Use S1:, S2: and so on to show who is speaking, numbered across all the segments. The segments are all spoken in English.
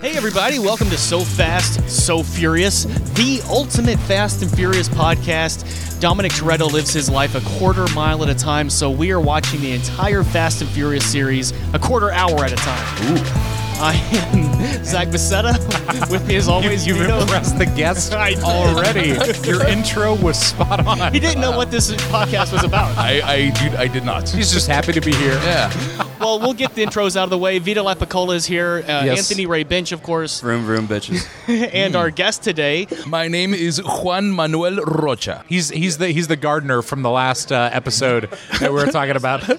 S1: Hey, everybody, welcome to So Fast, So Furious, the ultimate Fast and Furious podcast. Dominic Toretto lives his life a quarter mile at a time, so we are watching the entire Fast and Furious series a quarter hour at a time. I am Zach Bissetta. With me, as always,
S2: You've
S1: Vito.
S2: impressed the guest already. Your intro was spot on.
S1: He didn't know what this podcast was about.
S3: I I, do, I did not.
S2: He's just happy to be here.
S3: Yeah.
S1: Well, we'll get the intros out of the way. Vito Lapicola is here, uh,
S2: Yes.
S1: Anthony Ray Bench, of course,
S4: Room, room, bitches.
S1: and our guest today,
S3: My name is Juan Manuel Rocha.
S2: He's he's the he's the gardener from the last uh, episode that we were talking about.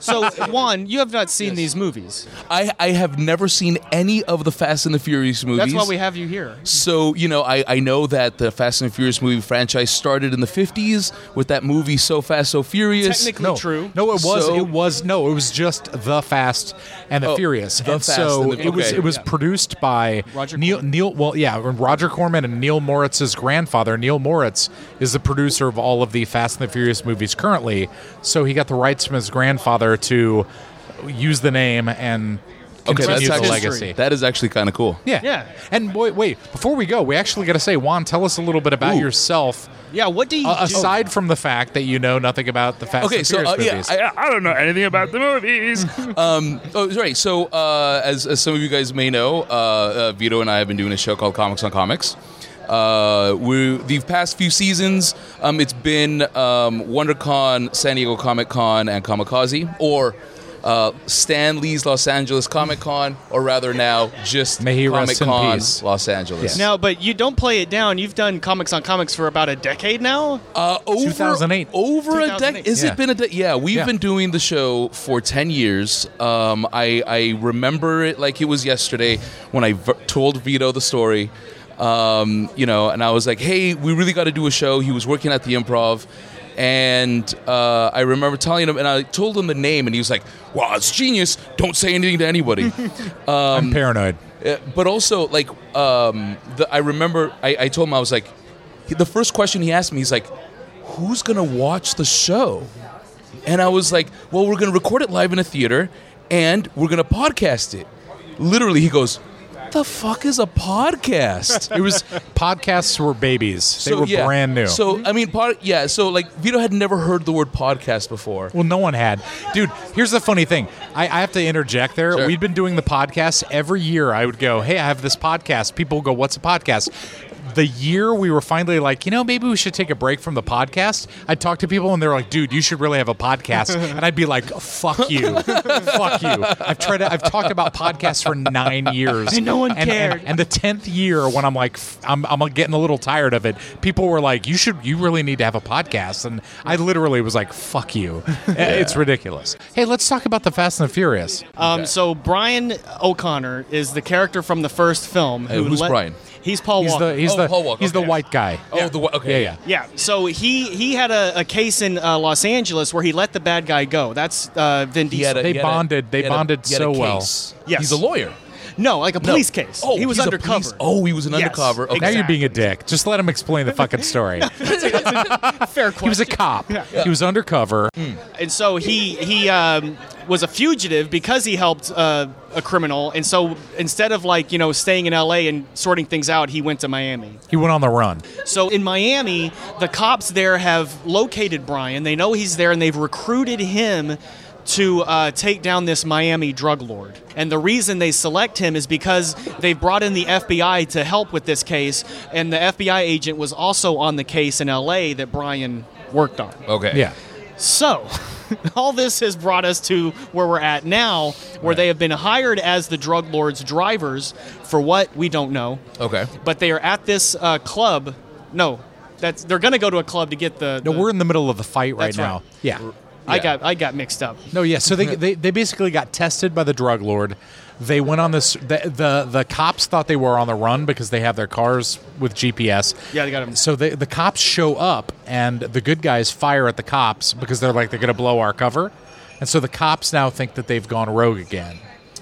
S1: So, Juan, you have not seen these movies.
S3: I, I have never seen any of the Fast and the Furious
S1: That's
S3: movies.
S1: why we have you here.
S3: So, you know, I, I know that the Fast and Furious movie franchise started in the 50s with that movie So Fast, So Furious.
S1: Technically
S2: No,
S1: true.
S2: no, it was
S3: So-
S2: it was no, it was just the Fast and the
S3: Oh,
S2: Furious.
S3: The
S2: and
S3: Fast
S2: so
S3: and the-
S2: it was
S3: okay.
S2: it was
S1: Yeah.
S2: produced by
S1: Roger
S2: Neil
S1: Corman.
S2: Neil well yeah Roger Corman and Neil Moritz's grandfather. Neil Moritz is the producer of all of the Fast and the Furious movies currently. So he got the rights from his grandfather to use the name and
S3: Okay,
S2: continue
S3: that's
S2: the
S3: actually,
S2: legacy.
S3: That is actually kind of cool.
S2: Yeah.
S1: Yeah.
S2: And wait, wait, before we go, we actually got to say, Juan, tell us a little bit about
S3: Ooh. Oh.
S2: yourself.
S1: Yeah, what do you
S2: Uh,
S1: do?
S2: aside from the fact that you know nothing about the Fast
S3: Okay,
S2: and
S3: so
S2: Furious
S3: uh, yeah,
S2: movies.
S3: I, I don't know anything about
S5: the movies.
S3: Um, oh, right. So, uh, as, as some of you guys may know, uh, uh, Vito and I have been doing a show called Comics on Comics. Uh, we the past few seasons, um, it's been um, WonderCon, San Diego Comic Con, and Kamikaze, or uh, Stan Lee's Los Angeles Comic Con, or rather now just
S2: May he
S3: Comic
S2: rest in
S3: Con
S2: peace.
S3: Los Angeles.
S1: now, but you don't play it down. You've done comics on comics for about a decade now.
S3: Uh, over
S2: 2008.
S3: Over a
S1: 2008.
S3: decade. Is
S2: Yeah.
S3: it been a decade? Yeah, we've
S2: Yeah.
S3: been doing the show for 10 years. Um, I, I remember it like it was yesterday when I v- told Vito the story. Um, you know, and I was like, hey, we really got to do a show. He was working at the improv. And uh, I remember telling him, and I told him the name, and he was like, wow, it's genius. Don't say anything to anybody.
S2: I'm paranoid.
S3: Uh, but also like um, the, I remember I, I told him I was like he- the first question he asked me he's like who's gonna watch the show and I was like well we're gonna record it live in a theater and we're gonna podcast it literally he goes the fuck is a podcast
S2: It was podcasts were babies. They were
S3: yeah.
S2: brand new.
S3: so I mean pod, yeah so like Vito had never heard the word podcast before
S2: well, no one had. Dude, here's the funny thing. I, I have to interject there.
S3: Sure.
S2: We'd been doing the podcast every year. I would go, hey, I have this podcast. People would go, what's a podcast? The year we were finally like, you know, maybe we should take a break from the podcast. I'd talk to people and they're like, dude, you should really have a podcast. And I'd be like, fuck you. fuck you. I've tried to, I've talked about podcasts for nine years.
S1: And no one cared.
S2: And, the tenth year, when I'm like, f- I'm, I'm getting a little tired of it. People were like, "You should, you really need to have a podcast," and I literally was like, "Fuck you, it's ridiculous." Hey, let's talk about the Fast and the Furious.
S1: Um, so Brian O'Connor is the character from the first film.
S3: Hey, who's Brian?
S1: He's Paul
S2: He's
S1: Walker.
S2: the he's
S3: Oh,
S2: the
S3: Paul Walker,
S2: he's the
S3: okay.
S2: white guy.
S3: oh the wa- okay
S2: Yeah, yeah.
S1: yeah, so he he had a, a case in uh, Los Angeles where he let the bad guy go. That's uh, Vin
S3: He had
S1: Diesel.
S3: a-
S2: They
S3: he had a-
S2: bonded- they
S3: he had a-
S2: bonded
S3: he had a
S2: so well.
S3: case.
S1: Yes.
S3: he's a lawyer
S1: no, like a
S3: No.
S1: police case.
S3: oh
S1: he was
S3: he's a
S1: undercover.
S3: police- oh he was an
S1: Yes,
S3: undercover okay.
S2: Now you're being a dick. Just let him explain the fucking story.
S1: fair
S2: he was a cop. He was undercover.
S1: and so he he um, was a fugitive because he helped uh, a criminal. And so instead of like you know staying in L.A. and sorting things out, he went to Miami.
S2: He went on the run.
S1: So in Miami, the cops there have located Brian. They know he's there, and they've recruited him to uh, take down this Miami drug lord. And the reason they select him is because they've brought in the FBI to help with this case, and the FBI agent was also on the case in LA that Brian worked on.
S3: okay
S2: Yeah.
S1: So, all this has brought us to where we're at now, where they have been hired as the drug lord's drivers for what we don't know,
S3: okay
S1: but they are at this uh, club. No, that's they're going to go to a club to get the.
S2: No,
S1: the-
S2: we're in the middle of the fight right
S1: That's right.
S2: now. Yeah.
S1: I
S3: yeah.
S1: got I got mixed up.
S2: No, yeah. So they, they they basically got tested by the drug lord. They went on this. The, the the cops thought they were on the run because they have their cars with GPS.
S1: Yeah, they got 'em.
S2: So they, the cops show up, and the good guys fire at the cops because they're like they're going to blow our cover, and so the cops now think that they've gone rogue again,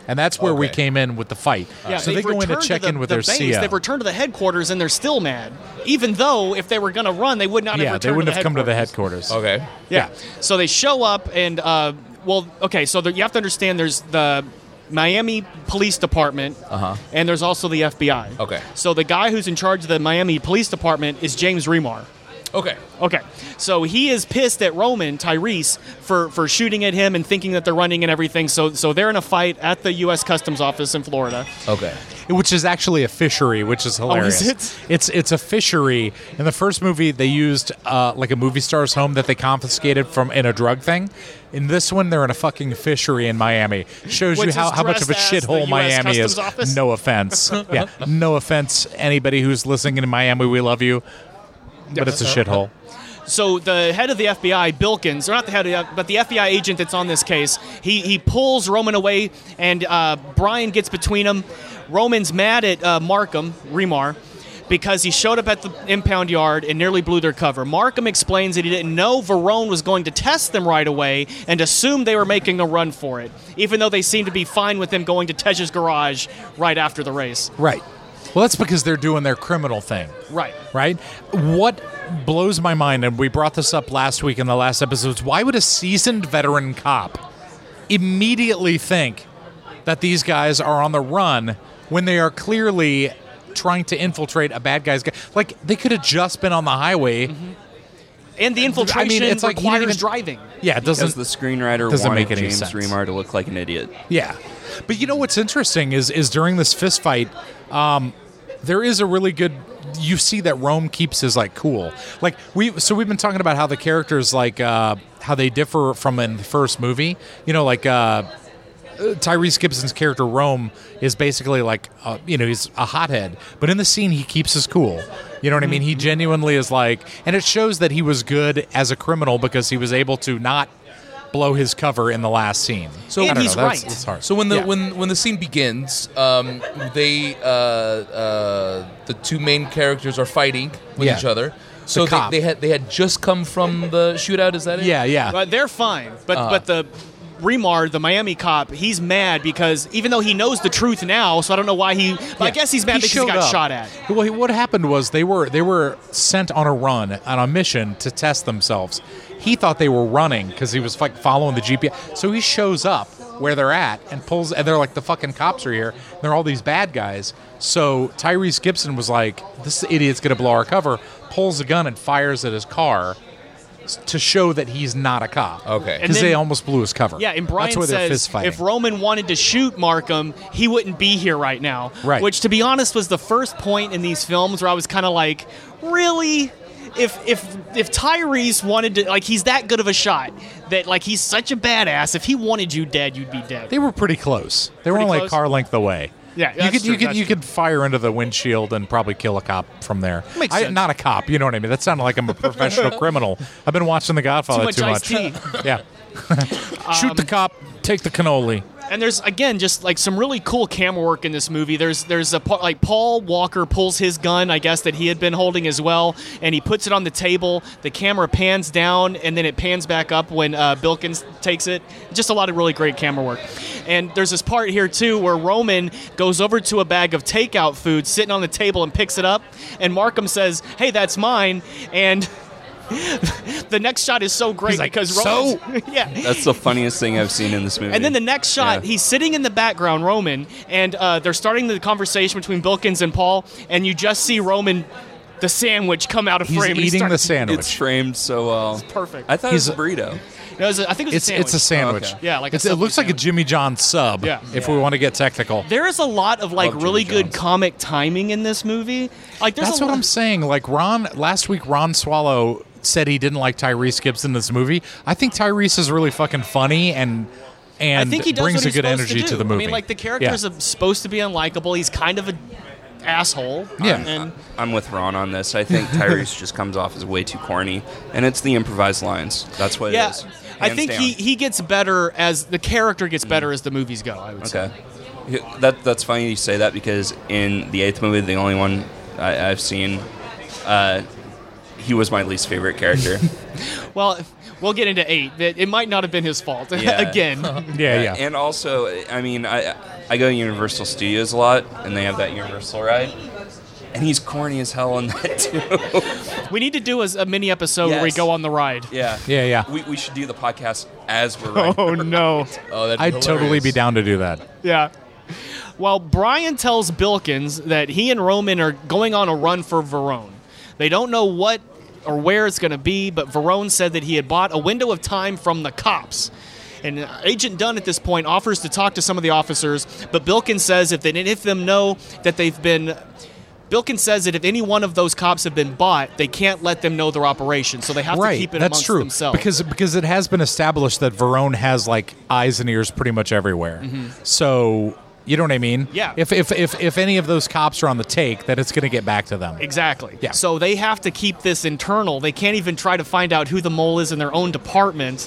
S2: and that's where we
S3: Okay.
S2: came in with the fight.
S1: Yeah,
S2: so they
S1: they've
S2: go in to
S1: returned
S2: check
S1: the-
S2: in with
S1: the
S2: their
S1: base.
S2: CO.
S1: They've returned to the headquarters and they're still mad. Even though if they were going to run, they would not have
S2: yeah,
S1: returned
S2: they wouldn't
S1: to
S2: have come to the headquarters.
S3: okay
S2: Yeah.
S1: So they show up and uh, well, okay. So there, you have to understand. There's the Miami Police Department, uh-huh. and there's also the FBI.
S6: Okay.
S1: So the guy who's in charge of the Miami Police Department is James Remar.
S6: Okay.
S1: Okay, so he is pissed at Roman Tyrese for for shooting at him and thinking that they're running and everything. So so they're in a fight at the U.S. Customs office in Florida.
S6: Okay.
S2: which is actually a fishery, which is hilarious.
S1: Oh, it?
S2: It's it's a fishery. In the first movie, they used uh, like a movie star's home that they confiscated from in a drug thing. In this one, they're in a fucking fishery in Miami. Shows
S1: Which
S2: you how,
S1: is
S2: how much of a
S1: dressed as the
S2: shithole
S1: US
S2: Miami is.
S1: Customs office.
S2: No offense. yeah, no offense. Anybody who's listening in Miami, we love you, but it's a shithole.
S1: So the head of the FBI, Bilkins, or not the head, of the, but the FBI agent that's on this case, he he pulls Roman away, and uh, Brian gets between them. Roman's mad at uh, Markham Remar because he showed up at the impound yard and nearly blew their cover. Markham explains that he didn't know Verone was going to test them right away and assumed they were making a run for it, even though they seemed to be fine with them going to Tej's garage right after the race.
S2: Right. Well, that's because they're doing their criminal thing.
S1: Right.
S2: right? What blows my mind, and we brought this up last week in the last episodes, why would a seasoned veteran cop immediately think that these guys are on the run when they are clearly trying to infiltrate a bad guy's guy? Like, they could have just been on the highway.
S1: And the infiltration
S2: it's like he didn't
S1: requires
S2: even-
S1: driving.
S2: Yeah, it
S5: Because
S2: doesn't.
S5: the screenwriter
S2: Doesn't
S5: wanted
S2: make any
S5: James
S2: sense.
S5: Remar to look like an idiot.
S2: Yeah, but you know what's interesting is is during this fist fight, um, there is a really good. You see that Rome keeps his like cool. Like we, so we've been talking about how the characters like uh, how they differ from in the first movie. You know, like. Uh, Tyrese Gibson's character Rome is basically like, uh, you know, he's a hothead, but in the scene he keeps his cool. You know what I mean? He
S6: Mm-hmm.
S2: genuinely is like, and it shows that he was good as a criminal because he was able to not blow his cover in the last scene. So
S1: And
S2: I don't
S1: he's
S2: know, that's-
S1: right.
S2: It's hard.
S6: So when the
S2: Yeah.
S6: when when the scene begins, um, they uh, uh, the two main characters are fighting with
S2: Yeah.
S6: each other. So they,
S2: cop.
S6: they had they had just come from the shootout. Is that it?
S2: yeah, yeah,
S1: But they're fine. But but
S2: Uh.
S1: the Remar, the Miami cop, he's mad because even though he knows the truth now, so I don't know why he. But I
S2: Yeah.
S1: guess he's mad
S2: He
S1: because he
S2: showed
S1: got
S2: up.
S1: shot at.
S2: Well, he- what happened was they were they were sent on a run on a mission to test themselves. He thought they were running because he was like following the GPS. So he shows up where they're at and pulls, and they're like, "The fucking cops are here." And they're all these bad guys. So Tyrese Gibson was like, "This idiot's gonna blow our cover." Pulls a gun and fires at his car s- to show that he's not a cop.
S6: Okay.
S1: And
S2: because they
S1: then-
S2: almost blew his cover.
S1: Yeah, and Brian
S2: That's why they're
S1: says
S2: fistfighting.
S1: if Roman wanted to shoot Markham, he wouldn't be here right now.
S2: Right.
S1: Which, to be honest, was the first point in these films where I was kind of like, really. If, if if Tyrese wanted to like he's that good of a shot that like he's such a badass if he wanted you dead you'd be dead.
S2: They were pretty close. They were
S1: Pretty
S2: only
S1: close?
S2: a car length away.
S1: Yeah,
S2: you
S1: that's
S2: could
S1: true,
S2: you could
S1: that's
S2: you
S1: true.
S2: could fire into the windshield and probably kill a cop from there.
S1: Makes
S2: I-
S1: sense.
S2: Not a cop, you know what I mean? That sounded like I'm a professional criminal. I've been watching The Godfather
S1: Too
S2: too
S1: much
S2: much.
S1: iced
S2: yeah, shoot
S1: Um,
S2: the cop, take the cannoli.
S1: and there's again just like some really cool camera work in this movie. There's there's a part like Paul Walker pulls his gun, I guess that he had been holding as well, and he puts it on the table. The camera pans down, and then it pans back up when uh, Bilkins takes it. Just a lot of really great camera work. And there's this part here too where Roman goes over to a bag of takeout food sitting on the table and picks it up, and Markham says, "Hey, that's mine," and. the next shot is so great
S2: He's like,
S1: because
S2: "So?"
S1: Roman, yeah,
S5: That's the funniest thing I've seen in this movie.
S1: and then the next shot,
S5: Yeah.
S1: he's sitting in the background, Roman, and uh, they're starting the conversation between Bilkins and Paul, and you just see Roman, the sandwich, come out of
S2: He's
S1: frame. and he
S2: eating the
S1: starts-
S5: it's
S2: sandwich.
S5: framed so well. It's
S1: perfect.
S5: I thought
S2: He's-
S5: it was a burrito.
S1: No, it was a- I think it was
S2: It's
S1: a sandwich.
S2: it's a sandwich.
S5: okay.
S1: Yeah, like a
S2: It's- it
S1: Subway
S2: looks like a
S1: sandwich.
S2: Jimmy John sub.
S1: Yeah.
S2: if we want to get technical.
S1: There is a lot of like
S5: Love Jimmy
S1: really good
S5: John's.
S1: comic timing in this movie. Like there's
S2: That's
S1: a
S2: what
S1: lot-
S2: I'm saying. Like Ron last week, Ron Swallow said he didn't like Tyrese Gibson in this movie. I think Tyrese is really fucking funny and
S1: I
S2: and
S1: think he does
S2: brings
S1: what
S2: a
S1: he's
S2: good
S1: supposed
S2: energy
S1: to,
S2: to,
S1: do.
S2: the movie.
S1: I mean, like the character's
S2: yeah.
S1: are supposed to be unlikable. He's kind of an asshole.
S2: Yeah.
S1: and
S5: I'm with Ron on this. I think Tyrese just comes off as way too corny, and it's the improvised lines. That's what
S1: yeah,
S5: it is.
S1: I
S5: Hands
S1: think
S5: down.
S1: he he gets better as the character gets better as the movies go. I would say.
S5: Okay, Yeah, that that's funny you say that because in the eighth movie, the only one I, I've seen, uh, he was my least favorite character.
S1: Well, we'll get into eight. That it might not have been his fault
S5: Yeah.
S1: again.
S2: yeah, yeah.
S5: Uh, And also, I mean, I I go to Universal Studios a lot, and they have that Universal ride, and he's corny as hell on that too.
S1: We need to do a, a mini episode where we
S5: Yes.
S1: go on the ride.
S5: Yeah.
S2: Yeah, yeah.
S5: We, we should do the podcast as we're riding.
S1: Oh no.
S6: Oh, that'd be
S2: I'd totally
S6: hilarious.
S2: be down to do that.
S1: Yeah. Well, Brian tells Bilkins that he and Roman are going on a run for Verone. They don't know what or where it's going to be, but Verone said that he had bought a window of time from the cops. And uh, Agent Dunn at this point offers to talk to some of the officers, but Bilkins says if they didn't if them know that they've been Bilkins says that if any one of those cops have been bought, they can't let them know their operation, so they have
S2: right.
S1: to keep it
S2: That's
S1: amongst
S2: true.
S1: themselves.
S2: Because because it has been established that Verone has like eyes and ears pretty much everywhere. So you know what I mean?
S1: Mm-hmm. Yeah.
S2: If if if if any of those cops are on the take, that it's going to get back to them.
S1: Exactly.
S2: Yeah.
S1: So they have to keep this internal. They can't even try to find out who the mole is in their own department,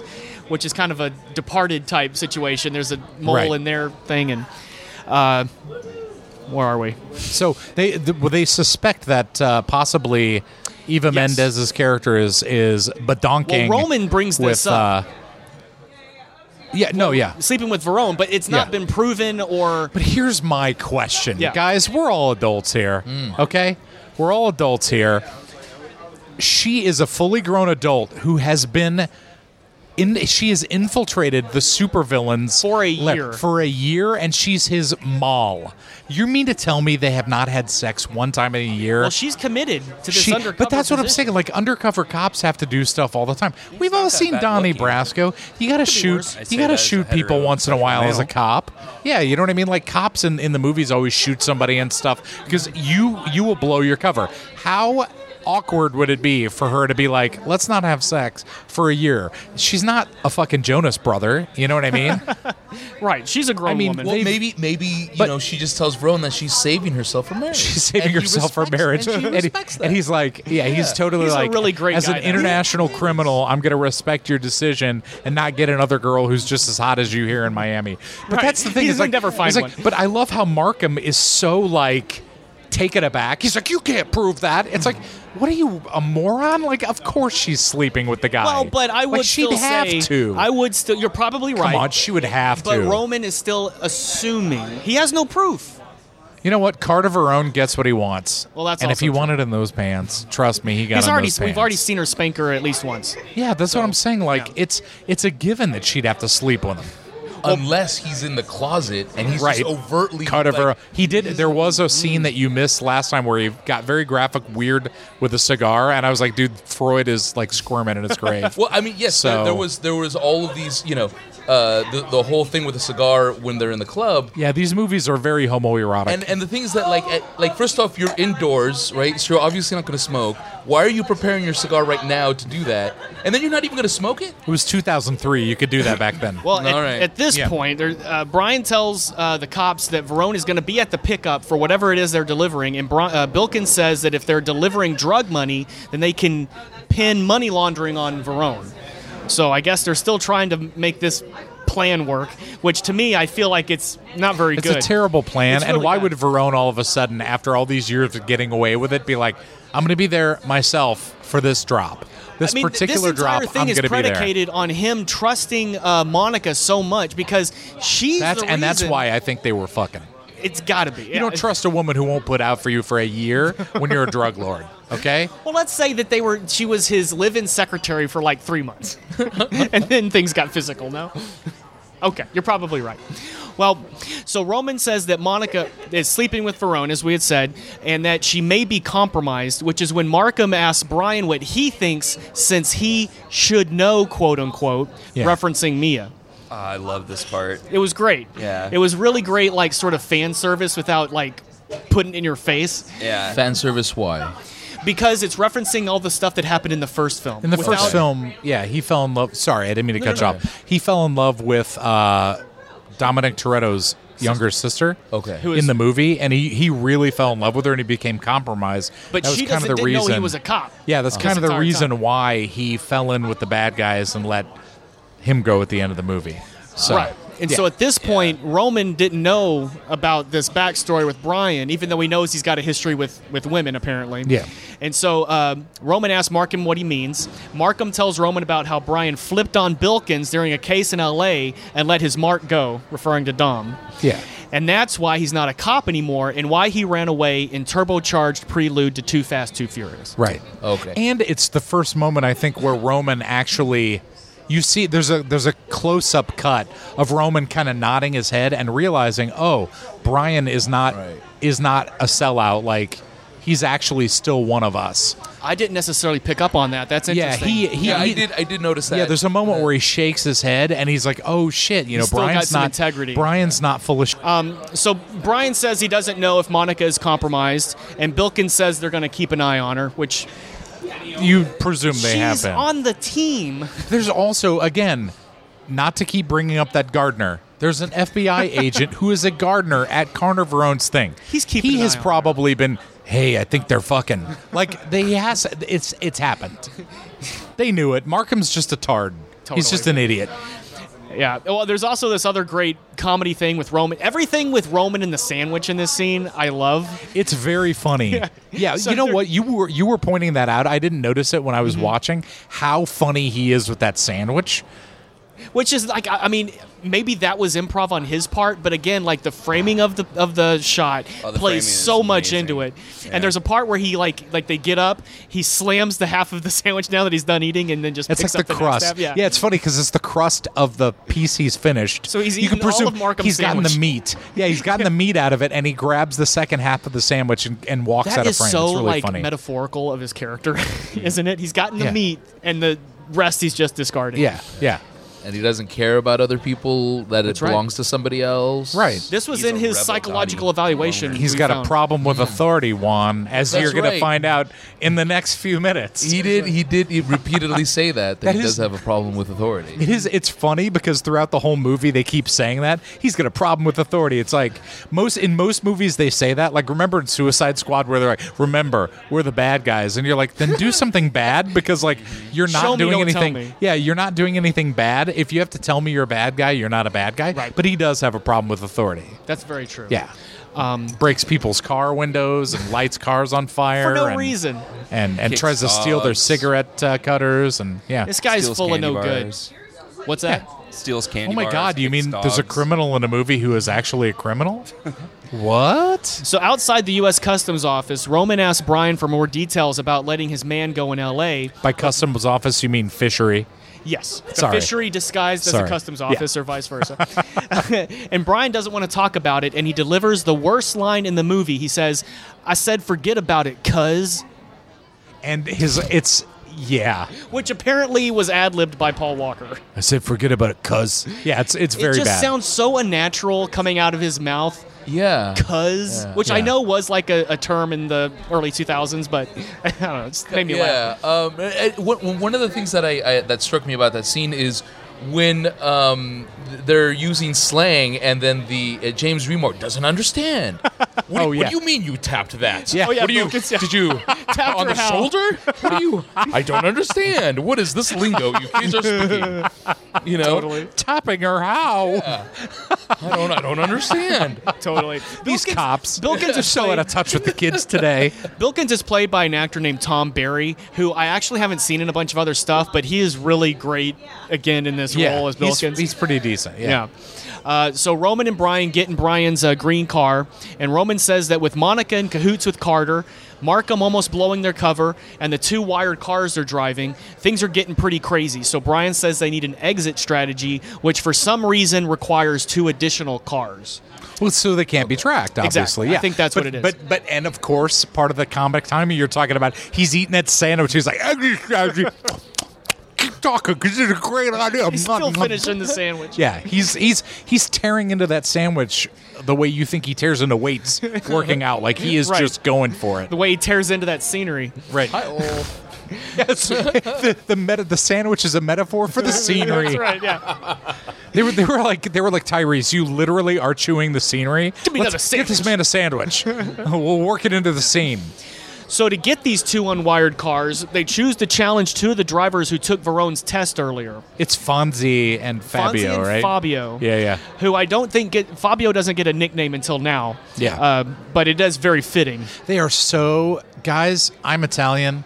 S1: which is kind of a departed type situation. There's a mole
S2: Right.
S1: in their thing, and uh, where are we?
S2: So they th- well, they suspect that uh, possibly Eva Mendez's character is is badonking.
S1: Well, Roman brings
S2: with,
S1: this up.
S2: Uh, yeah. No. Yeah.
S1: Sleeping with Verone, but it's not
S2: Yeah.
S1: been proven or.
S2: But here's my question,
S1: Yeah. Mm.
S2: guys. We're all adults here, okay? We're all adults here. She is a fully grown adult who has been in. She has infiltrated the supervillains
S1: For a
S2: lab-
S1: year.
S2: For a year, and she's his moll. You mean to tell me they have not had sex one time in a year?
S1: Well, she's committed to this
S2: She-
S1: undercover.
S2: but that's what I'm
S1: position.
S2: saying. Like undercover cops have to do stuff all the time. We've all
S5: not that
S2: seen
S5: bad
S2: Donnie
S5: looking.
S2: Brasco. You gotta shoot.
S5: worse. I'd
S2: You
S5: say
S2: gotta
S5: that as a
S2: shoot people
S5: hetero
S2: once in a while as a
S5: male.
S2: cop. Yeah, you know what I mean. Like cops in, in the movies always shoot somebody and stuff because you you will blow your cover. How awkward would it be for her to be like, let's not have sex for a year? She's not a fucking Jonas brother. You know what I mean?
S1: Right. She's a grown
S2: I mean,
S1: woman.
S2: well,
S6: Well,
S2: They've-
S6: maybe maybe you
S2: but-
S6: know she just tells Rowan that she's saving herself for marriage.
S2: She's saving
S6: And he
S2: herself for
S6: respects-
S2: marriage,
S6: And, she
S2: he-
S6: respects that.
S2: and he's like, yeah, he's totally
S1: He's a
S2: like,
S1: really great
S2: as
S1: guy,
S2: an
S1: though.
S2: international criminal, I'm gonna respect your decision and not get another girl who's just as hot as you here in Miami. But
S1: Right.
S2: that's the thing
S1: He's
S2: is like,
S1: gonna never find
S2: it's like-
S1: one.
S2: But I love how Markham is so like taken aback. He's like, you can't prove that. It's like, what are you a moron? Like, of course she's sleeping with the guy.
S1: well, but I would
S2: like, she'd
S1: still
S2: have
S1: say
S2: to.
S1: I would still. You're probably
S2: Come
S1: right.
S2: on, she would have
S1: but
S2: to.
S1: Roman is still assuming he has no proof.
S2: you know what? Carter Verone gets what he wants.
S1: Well, that's
S2: and if
S1: also
S2: he
S1: true.
S2: wanted in those pants, trust me, he got
S1: He's
S2: in
S1: already.
S2: those
S1: We've
S2: pants.
S1: already seen her spank her at least once.
S2: Yeah, that's what I'm saying. Like
S1: yeah.
S2: it's it's a given that she'd have to sleep with him.
S6: unless he's in the closet and he's
S2: Right.
S6: just overtly
S2: Carter
S6: like,
S2: Verone- He did. There was a scene that you missed last time where he got very graphic, weird with a cigar, and I was like, dude, Freud is like squirming in his grave.
S6: Well, I mean, yes,
S2: So-
S6: there, there was there was all of these, you know, uh, the the whole thing with the cigar when they're in the club.
S2: yeah, these movies are very homoerotic.
S6: And and the things that like at, like first off, you're indoors, right? So you're obviously not going to smoke. Why are you preparing your cigar right now to do that? And then you're not even going to smoke it.
S2: it was 2003. You could do that back then.
S1: Well, at,
S6: All right.
S1: at this
S2: Yeah.
S1: point, there, uh, Brian tells uh, the cops that Verone is going to be at the pickup for whatever it is they're delivering, and Bri- uh, Bilkins says that if they're delivering drug money, then they can pin money laundering on Verone. So I guess they're still trying to make this plan work, which to me I feel like it's not very
S2: it's
S1: good.
S2: a terrible plan.
S1: It's
S2: and
S1: really
S2: why
S1: bad.
S2: would Verone all of a sudden, after all these years of getting away with it, be like, I'm going to be there myself for this drop, this
S1: I mean, th-
S2: particular
S1: this entire
S2: drop?
S1: thing
S2: I'm
S1: is
S2: going to be there.
S1: predicated on him trusting uh, Monica so much because she's
S2: That's
S1: the
S2: and that's
S1: reason-
S2: why I think they were fucking.
S1: it's got to be.
S2: You don't trust a woman who won't put out for you for a year when you're a drug lord, okay?
S1: Well, let's say that they were. She was his live-in secretary for like three months, and then things got physical. No. Okay, you're probably right. Well, so Roman says that Monica is sleeping with Verone, as we had said, and that she may be compromised, which is when Markham asks Brian what he thinks since he should know, quote unquote,
S2: Yeah.
S1: referencing Mia.
S5: Ah, I love this part.
S1: It was great.
S5: Yeah.
S1: It was really great, like, sort of fan service without, like, putting it in your face
S5: Yeah.
S6: Fan service, why?
S1: because it's referencing all the stuff that happened in the first film.
S2: In the
S1: Without-
S2: first film, yeah, he fell in love. Sorry, I didn't mean to cut
S6: no,
S2: you
S6: no.
S2: off. He fell in love with uh, Dominic Toretto's younger sister.
S6: Okay. Who
S1: is-
S2: in the movie, and he, he really fell in love with her, and he became compromised.
S1: But
S2: that was
S1: she
S2: kind
S1: doesn't
S2: of the
S1: didn't
S2: reason.
S1: know he was a cop.
S2: yeah, that's
S1: this
S2: kind of the
S1: entire
S2: reason
S1: time.
S2: why he fell in with the bad guys and let him go at the end of the movie. So
S1: Right. And so at this point, Roman didn't know about this backstory with Brian, even though he knows he's got a history with, with women, apparently.
S2: Yeah.
S1: And so um, Roman asks Markham what he means. Markham tells Roman about how Brian flipped on Bilkins during a case in LA and let his mark go, referring to Dom.
S2: Yeah.
S1: And that's why he's not a cop anymore and why he ran away in turbocharged prelude to Too Fast, Too Furious.
S2: Right.
S6: Okay.
S2: And it's the first moment I think where Roman actually you see there's a there's a close up cut of Roman kind of nodding his head and realizing, "Oh, Brian is not
S6: Right.
S2: is not a sellout like he's actually still one of us."
S1: I didn't necessarily pick up on that. That's
S2: Yeah,
S1: interesting.
S2: he he,
S6: yeah, I
S2: he-
S6: did. I did notice that.
S2: Yeah, there's a moment where he shakes his head and he's like, "Oh shit, you know,
S1: still got
S2: Brian's
S1: some
S2: not
S1: integrity. Uh,
S2: Brian's not full of sh-
S1: So Brian says he doesn't know if Monica is compromised, and Bilkins says they're going to keep an eye on her, which
S2: you presume they
S1: she's
S2: have been.
S1: on the team.
S2: There's also, again, not to keep bringing up that gardener. There's an FBI agent who is a gardener at Carner Verone's thing.
S1: He's keeping
S2: He
S1: an
S2: has
S1: eye on her.
S2: probably been. Hey, I think they're fucking. Like they has. It's it's happened. They knew it. Markham's just a tard.
S1: Totally.
S2: He's just an idiot.
S1: Yeah. Well, there's also this other great comedy thing with Roman. Everything with Roman and the sandwich in this scene, I love.
S2: It's very funny. Yeah,
S1: So Mm-hmm.
S2: you know
S1: they're-
S2: what? You were you were pointing that out. I didn't notice it when I was watching. How funny he is with that sandwich.
S1: Which is like, I I mean, maybe that was improv on his part, but again, like the framing of the of the shot
S5: Oh, the
S1: plays
S5: framing is
S1: so much
S5: amazing.
S1: into it.
S5: Yeah.
S1: And there's a part where he like like they get up, he slams the half of the sandwich now that he's done eating, and then just
S2: It's
S1: picks
S2: like
S1: up
S2: the,
S1: the next
S2: crust.
S1: half.
S2: yeah. it's funny because it's the crust of the piece he's finished.
S1: So he's
S2: you can
S1: eaten all
S2: presume
S1: of Markham's
S2: he's gotten the
S1: sandwich.
S2: meat. Yeah, he's gotten the meat out of it, and he grabs the second half of the sandwich and, and walks
S1: That
S2: out of
S1: is
S2: frame.
S1: so
S2: it's really
S1: like
S2: funny.
S1: metaphorical of his character, isn't it? He's gotten the
S2: Yeah.
S1: meat and the rest he's just discarding.
S2: yeah, yeah,
S6: and he doesn't care about other people. That it
S1: right.
S6: belongs to somebody else.
S2: right.
S1: This was
S5: He's
S1: in
S5: a
S1: his
S5: rebel
S1: psychological
S5: Donnie
S1: evaluation.
S2: He's
S1: we
S2: got
S1: found.
S2: a problem with authority, Juan, as
S6: That's
S2: you're going
S6: right.
S2: to find out in the next few minutes.
S6: He did. He did. He repeatedly say that that,
S2: That
S6: he
S2: is-
S6: does have a problem with authority.
S2: It is. It's funny because throughout the whole movie they keep saying that he's got a problem with authority. It's like most in most movies they say that. Like remember in Suicide Squad where they're like, "Remember, we're the bad guys," and you're like, "Then do something bad because like you're not
S1: Show me,
S2: doing
S1: don't tell
S2: anything."
S1: me.
S2: Yeah, you're not doing anything bad. If you have to tell me you're a bad guy, you're not a bad guy.
S1: Right.
S2: But he does have a problem with authority.
S1: That's very true.
S2: Yeah. Breaks people's car windows and lights cars on fire
S1: Um, For no
S2: and-
S1: reason.
S2: and and
S5: Kicks
S2: tries to steal their
S5: dogs.
S2: cigarette uh, cutters and yeah.
S1: This guy's
S5: Steals
S1: full of
S5: candy
S1: no
S5: bars.
S1: good. What's that?
S5: Steals
S2: Oh
S5: candy.
S2: my
S5: bars,
S2: God! You
S5: kicks
S2: mean there's a
S5: dogs.
S2: criminal in a movie who is actually a criminal? what?
S1: So outside the U.S. Customs Office, Roman asked Brian for more details about letting his man go in L.A.
S2: By customs office, you mean fishery?
S1: Yes, the
S2: Sorry.
S1: fishery disguised as a
S2: Sorry.
S1: customs
S2: Yeah.
S1: office or vice versa. and Brian doesn't want to talk about it, and he delivers the worst line in the movie. He says, "I said forget about it, cuz,"
S2: And his it's yeah.
S1: which apparently was ad libbed by Paul Walker.
S2: I said forget about it, cuz yeah, it's it's very
S1: it just
S2: bad.
S1: sounds so unnatural coming out of his mouth.
S6: Yeah.
S1: Cuz, which I
S2: Yeah.
S1: know was like a, a term in the early 2000s, but I don't know, it just made me laugh.
S6: Yeah. Um, and- and one one of the things that I, I that struck me about that scene is when um, th- they're using slang, and then the uh, James Remort doesn't understand. What, do-
S2: Oh, yeah.
S6: what do you mean you tapped that?
S2: Yeah. Oh,
S1: yeah,
S6: what do you?
S1: Lucas, yeah.
S6: Did you tap on
S1: her
S6: the
S1: how?
S6: shoulder? What do you? I don't understand. What is this lingo you kids are speaking? You know,
S1: Totally,
S2: Tapping her how?
S6: I don't. I don't understand.
S1: totally.
S2: These
S1: Bilkins-
S2: cops.
S1: Bilkins
S2: are
S1: is
S2: so out of
S1: played,
S2: touch with the kids today.
S1: Bilkins is played by an actor named Tom Barry, who I actually haven't seen in a bunch of other stuff, but he is really great again in this role as
S2: he's,
S1: Bilkins.
S2: he's pretty decent. Yeah.
S1: yeah. Uh, so Roman and Brian get in Brian's uh, green car, and Roman says that with Monica in cahoots with Carter, Markham almost blowing their cover, and the two wired cars they're driving, things are getting pretty crazy. So Brian says they need an exit strategy, which for some reason requires two additional cars.
S2: Well, so they can't be tracked, obviously.
S1: Exactly. I
S2: Yeah.
S1: think that's
S2: But-
S1: what it is.
S2: But but and of course, part of the comic timing you're talking about, he's eating that sandwich. He's like, keep talking because it's a great idea.
S1: He's still finishing the sandwich.
S2: Yeah, he's he's he's tearing into that sandwich the way you think he tears into weights working out. Like he is
S1: Right.
S2: just going for it.
S1: The way he tears into that scenery.
S2: Right.
S6: Oh,
S2: Yes. the the, meta, the sandwich is a metaphor for the scenery.
S1: That's right, yeah.
S2: They were they were like they were like Tyrese. You literally are chewing the scenery.
S1: Give me
S2: Let's
S1: another
S2: Get this man a sandwich. we'll work it into the scene.
S1: So to get these two unwired cars, they choose to challenge two of the drivers who took Verone's test earlier,
S2: It's Fonzie and Fabio,
S1: Fonzie and
S2: right?
S1: Fabio.
S2: Yeah, yeah.
S1: Who I don't think get Fabio doesn't get a nickname until now.
S2: Yeah.
S1: Uh, but it is very fitting.
S2: They are so guys. I'm Italian.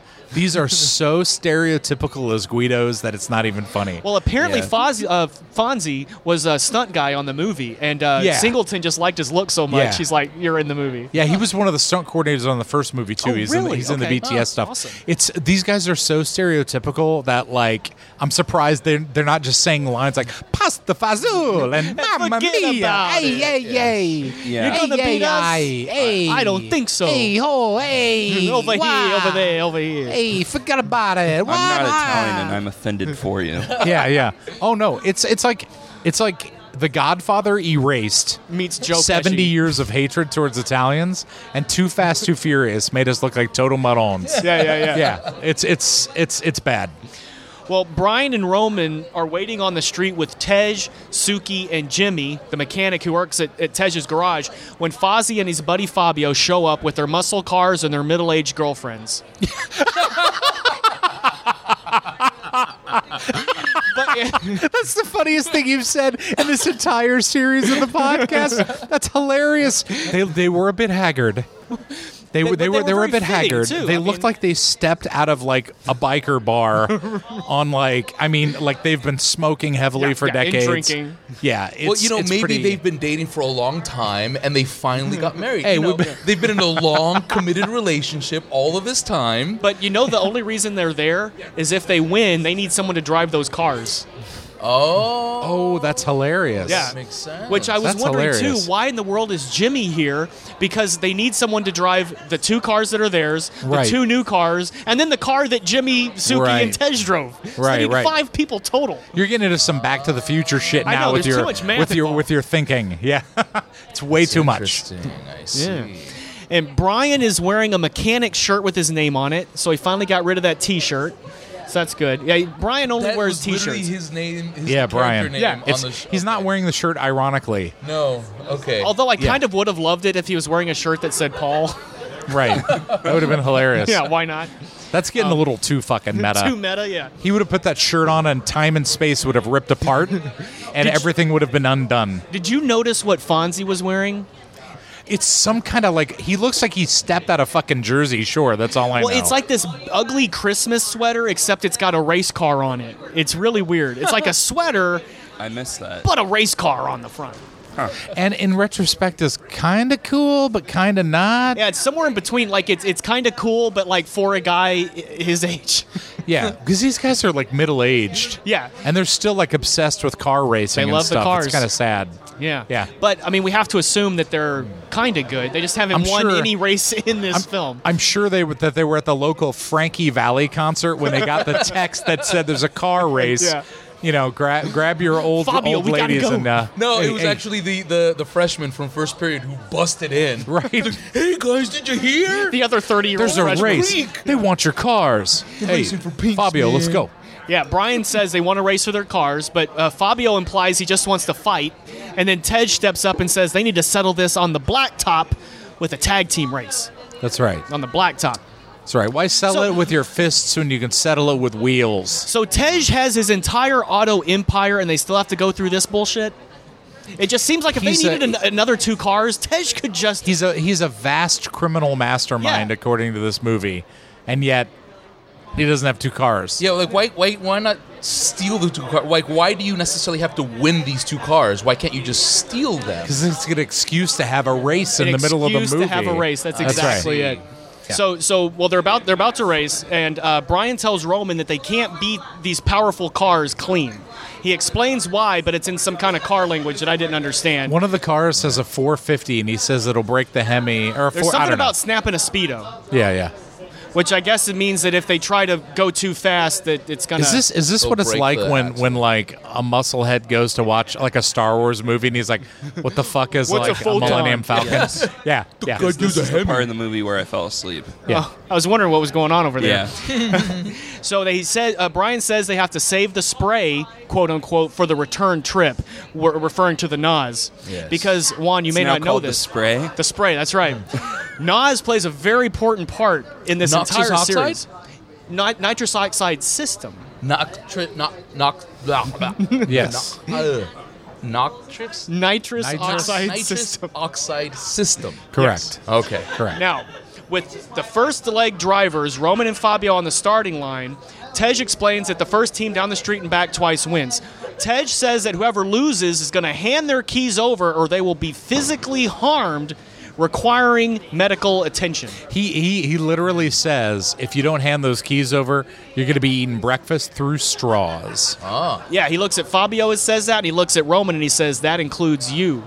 S2: These are so stereotypical as Guidos that it's not even funny.
S1: Well, apparently
S6: Yeah.
S1: Foz, uh, Fonzie was a stunt guy on the movie, and uh,
S2: Yeah.
S1: Singleton just liked his look so much.
S2: Yeah.
S1: He's like, "You're in the movie."
S2: yeah, he was one of the stunt coordinators on the first movie too.
S1: Oh,
S2: he's in the,
S1: really?
S2: he's in
S1: Okay.
S2: the BTS
S1: Oh,
S2: stuff.
S1: awesome.
S2: It's these guys are so stereotypical that like I'm surprised they they're not just saying lines like "Pasta fazool" and "Mamma
S1: Forget
S2: mia,"
S1: about
S2: "Ay
S1: it.
S2: ay ay,"
S5: Yeah.
S1: You're gonna
S2: "Ay,
S1: beat
S2: ay,
S1: us?
S2: ay, ay."
S1: I don't think so.
S2: Hey ho, hey
S1: Over here,
S2: wah.
S1: over there, over here.
S2: Hey, forget about it.
S5: I'm not Italian and I'm offended for you.
S2: yeah, yeah. Oh no, it's it's like it's like The Godfather erased
S1: Meets Joe.
S2: seventy
S1: Pesci.
S2: years of hatred towards Italians, and Too Fast Too Furious made us look like total morons.
S1: Yeah, yeah, yeah.
S2: yeah, it's it's it's it's bad.
S1: Well, Brian and Roman are waiting on the street with Tej, Suki, and Jimmy, the mechanic who works at, at Tej's garage, when Fozzie and his buddy Fabio show up with their muscle cars and their middle aged girlfriends. but,
S2: That's the funniest thing you've said in this entire series of the podcast. That's hilarious. They they were a bit haggard. They, were
S1: but
S2: they
S1: they
S2: were they
S1: were
S2: were a
S1: very
S2: bit
S1: fitting,
S2: haggard.
S1: too.
S2: They
S1: I
S2: looked
S1: mean-
S2: like they stepped out of like a biker bar on like I mean like they've been smoking heavily
S1: Yeah,
S2: for
S1: yeah, and
S2: decades.
S1: drinking.
S2: Yeah, it's,
S6: well, you know,
S2: it's
S6: maybe
S2: pretty-
S6: they've been dating for a long time and they finally got married.
S2: Hey,
S6: You know,
S2: we've been-
S6: they've been in a long, committed relationship all of this time.
S1: but you know, the only reason they're there is if they win, they need someone to drive those cars.
S6: Oh,
S2: Oh, that's hilarious.
S1: Yeah.
S6: makes sense.
S1: Which I was
S2: That's
S1: wondering
S2: hilarious.
S1: too, why in the world is Jimmy here? Because they need someone to drive the two cars that are theirs, the
S2: Right.
S1: two new cars, and then the car that Jimmy, Suki,
S2: Right.
S1: and Tej drove. So
S2: Right,
S1: they need
S2: right.
S1: five people total.
S2: You're getting into some Back to the Future shit
S1: I
S2: now
S1: know,
S2: with
S1: there's too
S2: your
S1: much math
S2: with your
S1: involved.
S2: with your thinking. Yeah, it's way too much.
S6: Interesting. I see.
S1: And Brian is wearing a mechanic shirt with his name on it, so he finally got rid of that T-shirt. So that's good. Yeah, Brian only
S6: That
S1: wears
S6: was literally
S1: T-shirts.
S6: his name. His
S2: Yeah,
S6: character
S2: Brian.
S6: Name
S1: Yeah.
S6: on
S2: It's,
S6: the sh-
S2: he's not
S6: okay.
S2: wearing the shirt ironically.
S6: No. Okay.
S1: Although I
S2: Yeah.
S1: kind of would have loved it if he was wearing a shirt that said Paul.
S2: Right. that would have been hilarious.
S1: yeah, why not?
S2: That's getting a little too fucking meta.
S1: Too meta, yeah.
S2: he would have put that shirt on and time and space would have ripped apart and everything would have been undone.
S1: Did you notice what Fonzie was wearing?
S2: It's some kind of like he looks like he stepped out of fucking Jersey Shore. That's all I know.
S1: Well, it's like this ugly Christmas sweater, except it's got a race car on it. It's really weird. It's like a sweater,
S5: I missed that.
S1: but a race car on the front.
S2: and in retrospect is kind of cool but kind of not.
S1: Yeah, it's somewhere in between. Like it's it's kind of cool, but like for a guy i- his age.
S2: Yeah, because these guys are like middle aged.
S1: Yeah.
S2: and they're still like obsessed with car racing.
S1: They
S2: and
S1: love the
S2: stuff.
S1: cars.
S2: It's kind of sad.
S1: Yeah.
S2: Yeah.
S1: But I mean, we have to assume that they're kind of good. They just haven't
S2: I'm
S1: won
S2: sure-
S1: any race in this film.
S2: I'm sure they were- that they were at the local Frankie Valley concert when they got the text that said there's a car race.
S1: Yeah.
S2: You know, grab grab your old
S1: Fabio,
S2: old
S1: we gotta
S2: ladies
S1: go.
S2: and uh,
S6: no,
S2: hey,
S6: it was
S2: hey,
S6: actually the, the the freshman from first period who busted in.
S2: right.
S6: Hey guys, did you hear?
S1: the other thirty-year-old.
S2: There's a
S1: freshman-
S2: race. They want your cars. Hey,
S6: racing for pinks,
S2: Fabio, let's
S6: man.
S2: go.
S1: Yeah, Brian says they want to race with their cars, but uh, Fabio implies he just wants to fight. And then Tej steps up and says they need to settle this on the blacktop with a tag team race
S2: That's right.
S1: on the blacktop.
S2: That's right. Why sell
S1: So-
S2: it with your fists when you can settle it with wheels?
S1: So Tej has his entire auto empire, and they still have to go through this bullshit. It just seems like if
S2: He's
S1: they
S2: a-
S1: needed an, another two cars, Tej could just.
S2: He's a he's a vast criminal mastermind,
S1: Yeah.
S2: according to this movie, and yet he doesn't have two cars.
S6: Yeah, like why why why not steal the two cars? Like why do you necessarily have to win these two cars? Why can't you just steal them?
S2: Because it's an excuse to have a race in
S1: an
S2: the middle of a
S1: excuse
S2: movie.
S1: to have a race. That's
S2: That's right.
S1: exactly it. So, so well, they're about they're about to race, and uh, Brian tells Roman that they can't beat these powerful cars clean. He explains why, but it's in some kind of car language that I didn't understand.
S2: One of the cars has a 450, and he says it'll break the Hemi. Or a
S1: There's
S2: four, I
S1: something
S2: don't
S1: about snapping a speedo,
S2: Know. Yeah, yeah.
S1: which I guess it means that if they try to go too fast, that it's gonna.
S2: Is this is this
S6: They'll
S2: what it's
S6: break
S2: like
S6: the
S2: when
S6: axle.
S2: when like a musclehead goes to watch like a Star Wars movie and he's like, "What the fuck is
S1: What's a
S2: like
S1: photon?"
S2: Millennium Falcon?"
S6: Yes.
S2: Yeah, yeah.
S6: Go do
S5: this
S6: the
S5: is the
S6: hammer.
S5: part in the movie where I fell asleep.
S2: yeah.
S1: Oh, I was wondering what was going on over there.
S5: Yeah.
S1: So they said uh, Brian says they have to save the spray, quote unquote, for the return trip, we referring to the Nas,
S6: Yes.
S1: because Juan, you may
S5: now
S1: not know
S5: called the
S1: this.
S5: spray?
S1: The spray. That's right. Nas plays a very important part in this
S6: Noxious
S1: entire
S6: oxide?
S1: series. Ni- nitrous oxide system.
S3: Noctri- no, noc- blah, blah.
S2: Yes.
S3: No, uh, noctrix?
S1: Nitrous,
S2: Nitrous-
S1: oxide
S3: Nitrous
S1: system.
S3: oxide system.
S2: Correct.
S3: Okay.
S2: Correct.
S1: Now, with the first leg drivers, Roman and Fabio on the starting line, Tej explains that the first team down the street and back twice wins. Tej says that whoever loses is going to hand their keys over or they will be physically harmed, requiring medical attention.
S2: He, he he literally says if you don't hand those keys over, you're going to be eating breakfast through straws.
S1: Yeah, he looks at Fabio and says that, and he looks at Roman and he says, That includes you.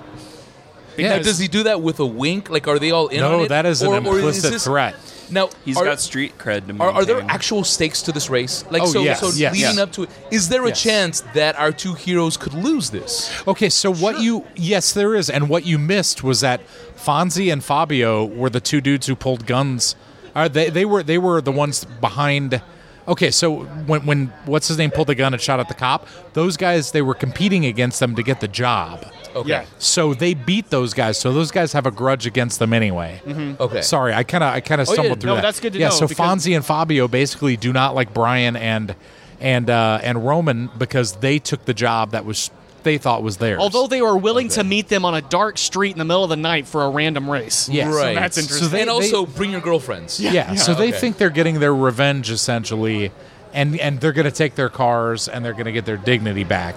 S6: Now, does he do that with a wink? Like, are they all in on
S2: no,
S6: it?
S2: that is
S6: Or-
S2: an
S6: or is
S2: implicit
S6: this-
S2: threat.
S6: Now,
S5: He's
S6: are,
S5: got street cred to
S6: are, are there
S5: maintain.
S6: actual stakes to this race? Like,
S2: Oh,
S6: so,
S2: yes,
S6: so
S2: yes.
S6: leading
S2: Yes.
S6: up to it, is there a
S2: Yes.
S6: chance that our two heroes could lose this?
S2: Okay, so what you yes there is, and what you missed was that Fonzie and Fabio were the two dudes who pulled guns. Are they they were they were the ones behind. Okay, so when when what's his name pulled the gun and shot at the cop, those guys they were competing against them to get the job.
S6: Okay.
S1: Yeah.
S2: So they beat those guys. So those guys have a grudge against them anyway.
S6: Okay.
S2: Sorry, I kind of I kind of stumbled
S6: yeah,
S2: through
S1: Oh, no,
S2: that.
S1: that's good to
S2: yeah,
S1: know,
S2: so
S1: because-
S2: Fonzie and Fabio basically do not like Brian and and uh, and Roman because they took the job that was they thought was theirs.
S1: Although they were willing to meet them on a dark street in the middle of the night for a random race.
S2: Yes.
S6: Right.
S1: that's interesting.
S2: So they-
S6: and
S2: they-
S6: also, bring your girlfriends.
S2: yeah, so they
S6: okay.
S2: think they're getting their revenge essentially, and and they're going to take their cars and they're going to get their dignity back.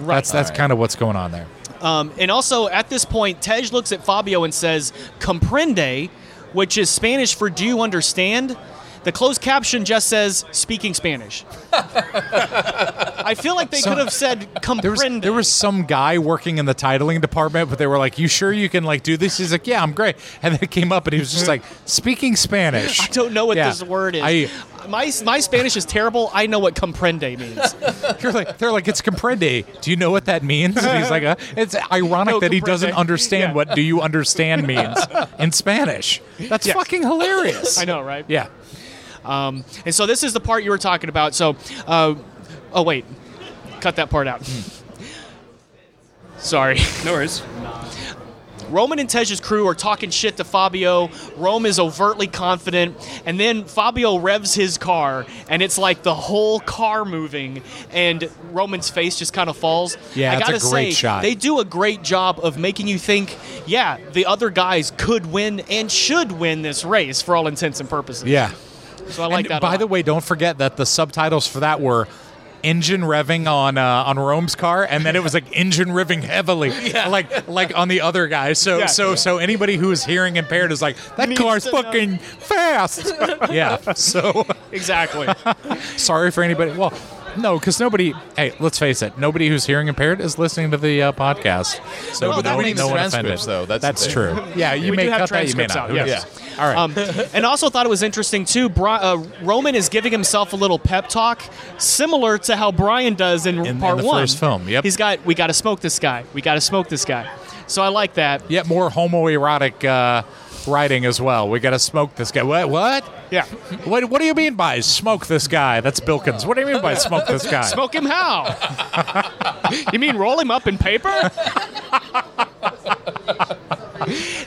S1: Right.
S2: That's that's
S6: All right.
S2: kind of what's going on there.
S1: Um, and also, at this point, Tej looks at Fabio and says, Comprende, which is Spanish for do you understand? The closed caption just says, speaking Spanish. I feel like they could have said,
S2: There was
S1: Comprende.
S2: there was some guy working in the titling department, but they were like, "You sure you can like do this?" He's like, "Yeah, I'm great." And then it came up, and he was just like speaking Spanish.
S1: I don't know what
S2: Yeah.
S1: this word is.
S2: I-
S1: my, my Spanish is terrible. I know what comprende means.
S2: You're like, they're like, it's comprende. Do you know what that means? And he's like, uh, it's ironic
S1: No,
S2: that he
S1: comprende.
S2: doesn't understand
S1: Yeah.
S2: what do you understand means in Spanish. That's
S1: Yes.
S2: fucking hilarious.
S1: I know, right?
S2: Yeah.
S1: Um, and so this is the part you were talking about. So, uh, oh, wait. Cut that part out. Sorry.
S5: No worries.
S1: Roman and Tej's crew are talking shit to Fabio. Rome is overtly confident, and then Fabio revs his car, and it's like the whole car moving, and Roman's face just kind of falls.
S2: Yeah,
S1: I
S2: it's a
S1: gotta
S2: great
S1: say,
S2: shot.
S1: they do a great job of making you think, yeah, the other guys could win and should win this race for all intents and purposes.
S2: Yeah.
S1: so I like
S2: And
S1: that.
S2: by
S1: a
S2: the
S1: lot.
S2: way, don't forget that the subtitles for that were engine revving on uh, on Rome's car, and then it was like engine revving heavily, like like on the other guy. So
S1: Yeah.
S2: so so anybody who is hearing impaired is like that
S1: Needs
S2: car's
S1: to know.
S2: fucking fast. yeah. So.
S1: exactly.
S2: sorry for anybody. Well, no, because nobody. Hey, let's face it. Nobody who's hearing impaired is listening to the uh, podcast. So
S1: No, but that
S2: no,
S1: makes
S2: no one offended.
S3: transcripts, though. That's the
S2: that's
S3: thing.
S2: true. Yeah, you
S1: We
S2: may
S1: do have
S2: cut that. You may
S1: transcripts
S2: not.
S1: out,
S2: Who
S1: yes.
S2: knows? All right.
S1: Um, and also thought it was interesting too. Bri- uh, Roman is giving himself a little pep talk, similar to how Brian does in,
S2: in
S1: part
S2: the
S1: one.
S2: first film, yep.
S1: he's got we got to smoke this guy. We got to smoke this guy. So I like that.
S2: yeah, more homoerotic uh, writing as well. We got to smoke this guy. What? What?
S1: Yeah,
S2: What, what do you mean by smoke this guy? That's Bilkins. What do you mean by smoke this guy?
S1: smoke him how? you mean roll him up in paper?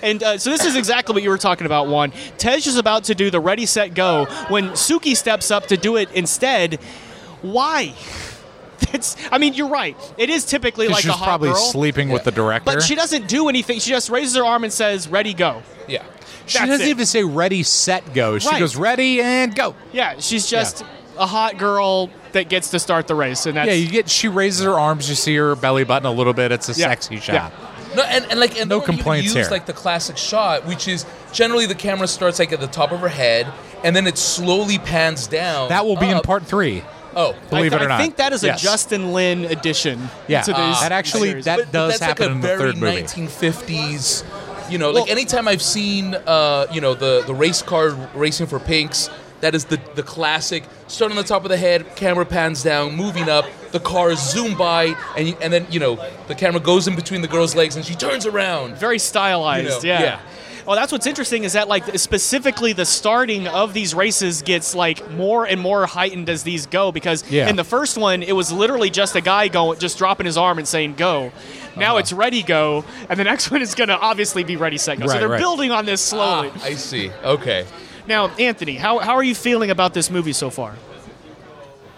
S1: And uh, so this is exactly what you were talking about, Juan. Tej is about to do the ready, set, go when Suki steps up to do it instead. Why? It's, I mean, you're right. It is typically
S2: 'Cause
S1: like
S2: she's
S1: a hot
S2: probably
S1: girl,
S2: sleeping with the director.
S1: but she doesn't do anything. She just raises her arm and says, "Ready, go."
S6: Yeah.
S2: She
S1: that's
S2: doesn't
S1: it.
S2: even say ready, set, go. She
S1: Right.
S2: goes ready and go.
S1: Yeah, she's just a hot girl that gets to start the race, and that's
S2: Yeah, you get. She raises her arms. You see her belly button a little bit. It's a
S1: Yeah.
S2: sexy shot.
S1: Yeah.
S6: No, and, and like and
S2: No
S6: they don't even
S2: complaints
S6: use,
S2: here.
S6: Like the classic shot, which is generally the camera starts like at the top of her head, and then it slowly pans down.
S2: That will be in
S6: up.
S2: part three.
S6: Oh,
S1: I-
S2: Believe it
S1: I,
S2: or not.
S1: think that is a
S2: Yes.
S1: Justin Lin addition.
S2: Yeah.
S1: to these
S2: Ah. That actually-
S1: series.
S2: that-
S6: but
S2: does
S6: that's
S2: happen
S6: like a
S2: in the
S6: very
S2: third movie.
S6: 1950s. You know, like
S1: Well-
S6: anytime I've seen, uh, you know, the the race car racing for pinks. That is the the classic. Start on the top of the head, camera pans down, moving up. The cars zoom by, and you- and then you know the camera goes in between the girl's legs, and she turns around.
S1: very stylized.
S6: You know,
S1: yeah.
S6: yeah.
S1: Oh, that's what's interesting is that like specifically the starting of these races gets like more and more heightened as these go because
S2: Yeah.
S1: in the first one it was literally just a guy going just dropping his arm and saying go. Now
S2: Uh-huh.
S1: it's ready go, and the next one is going to obviously be ready set go. so
S2: Right,
S1: they're
S2: right.
S1: building on this
S2: Ah,
S1: slowly.
S6: Ah, I see. Okay.
S1: Now, Anthony, how, how are you feeling about this movie so far?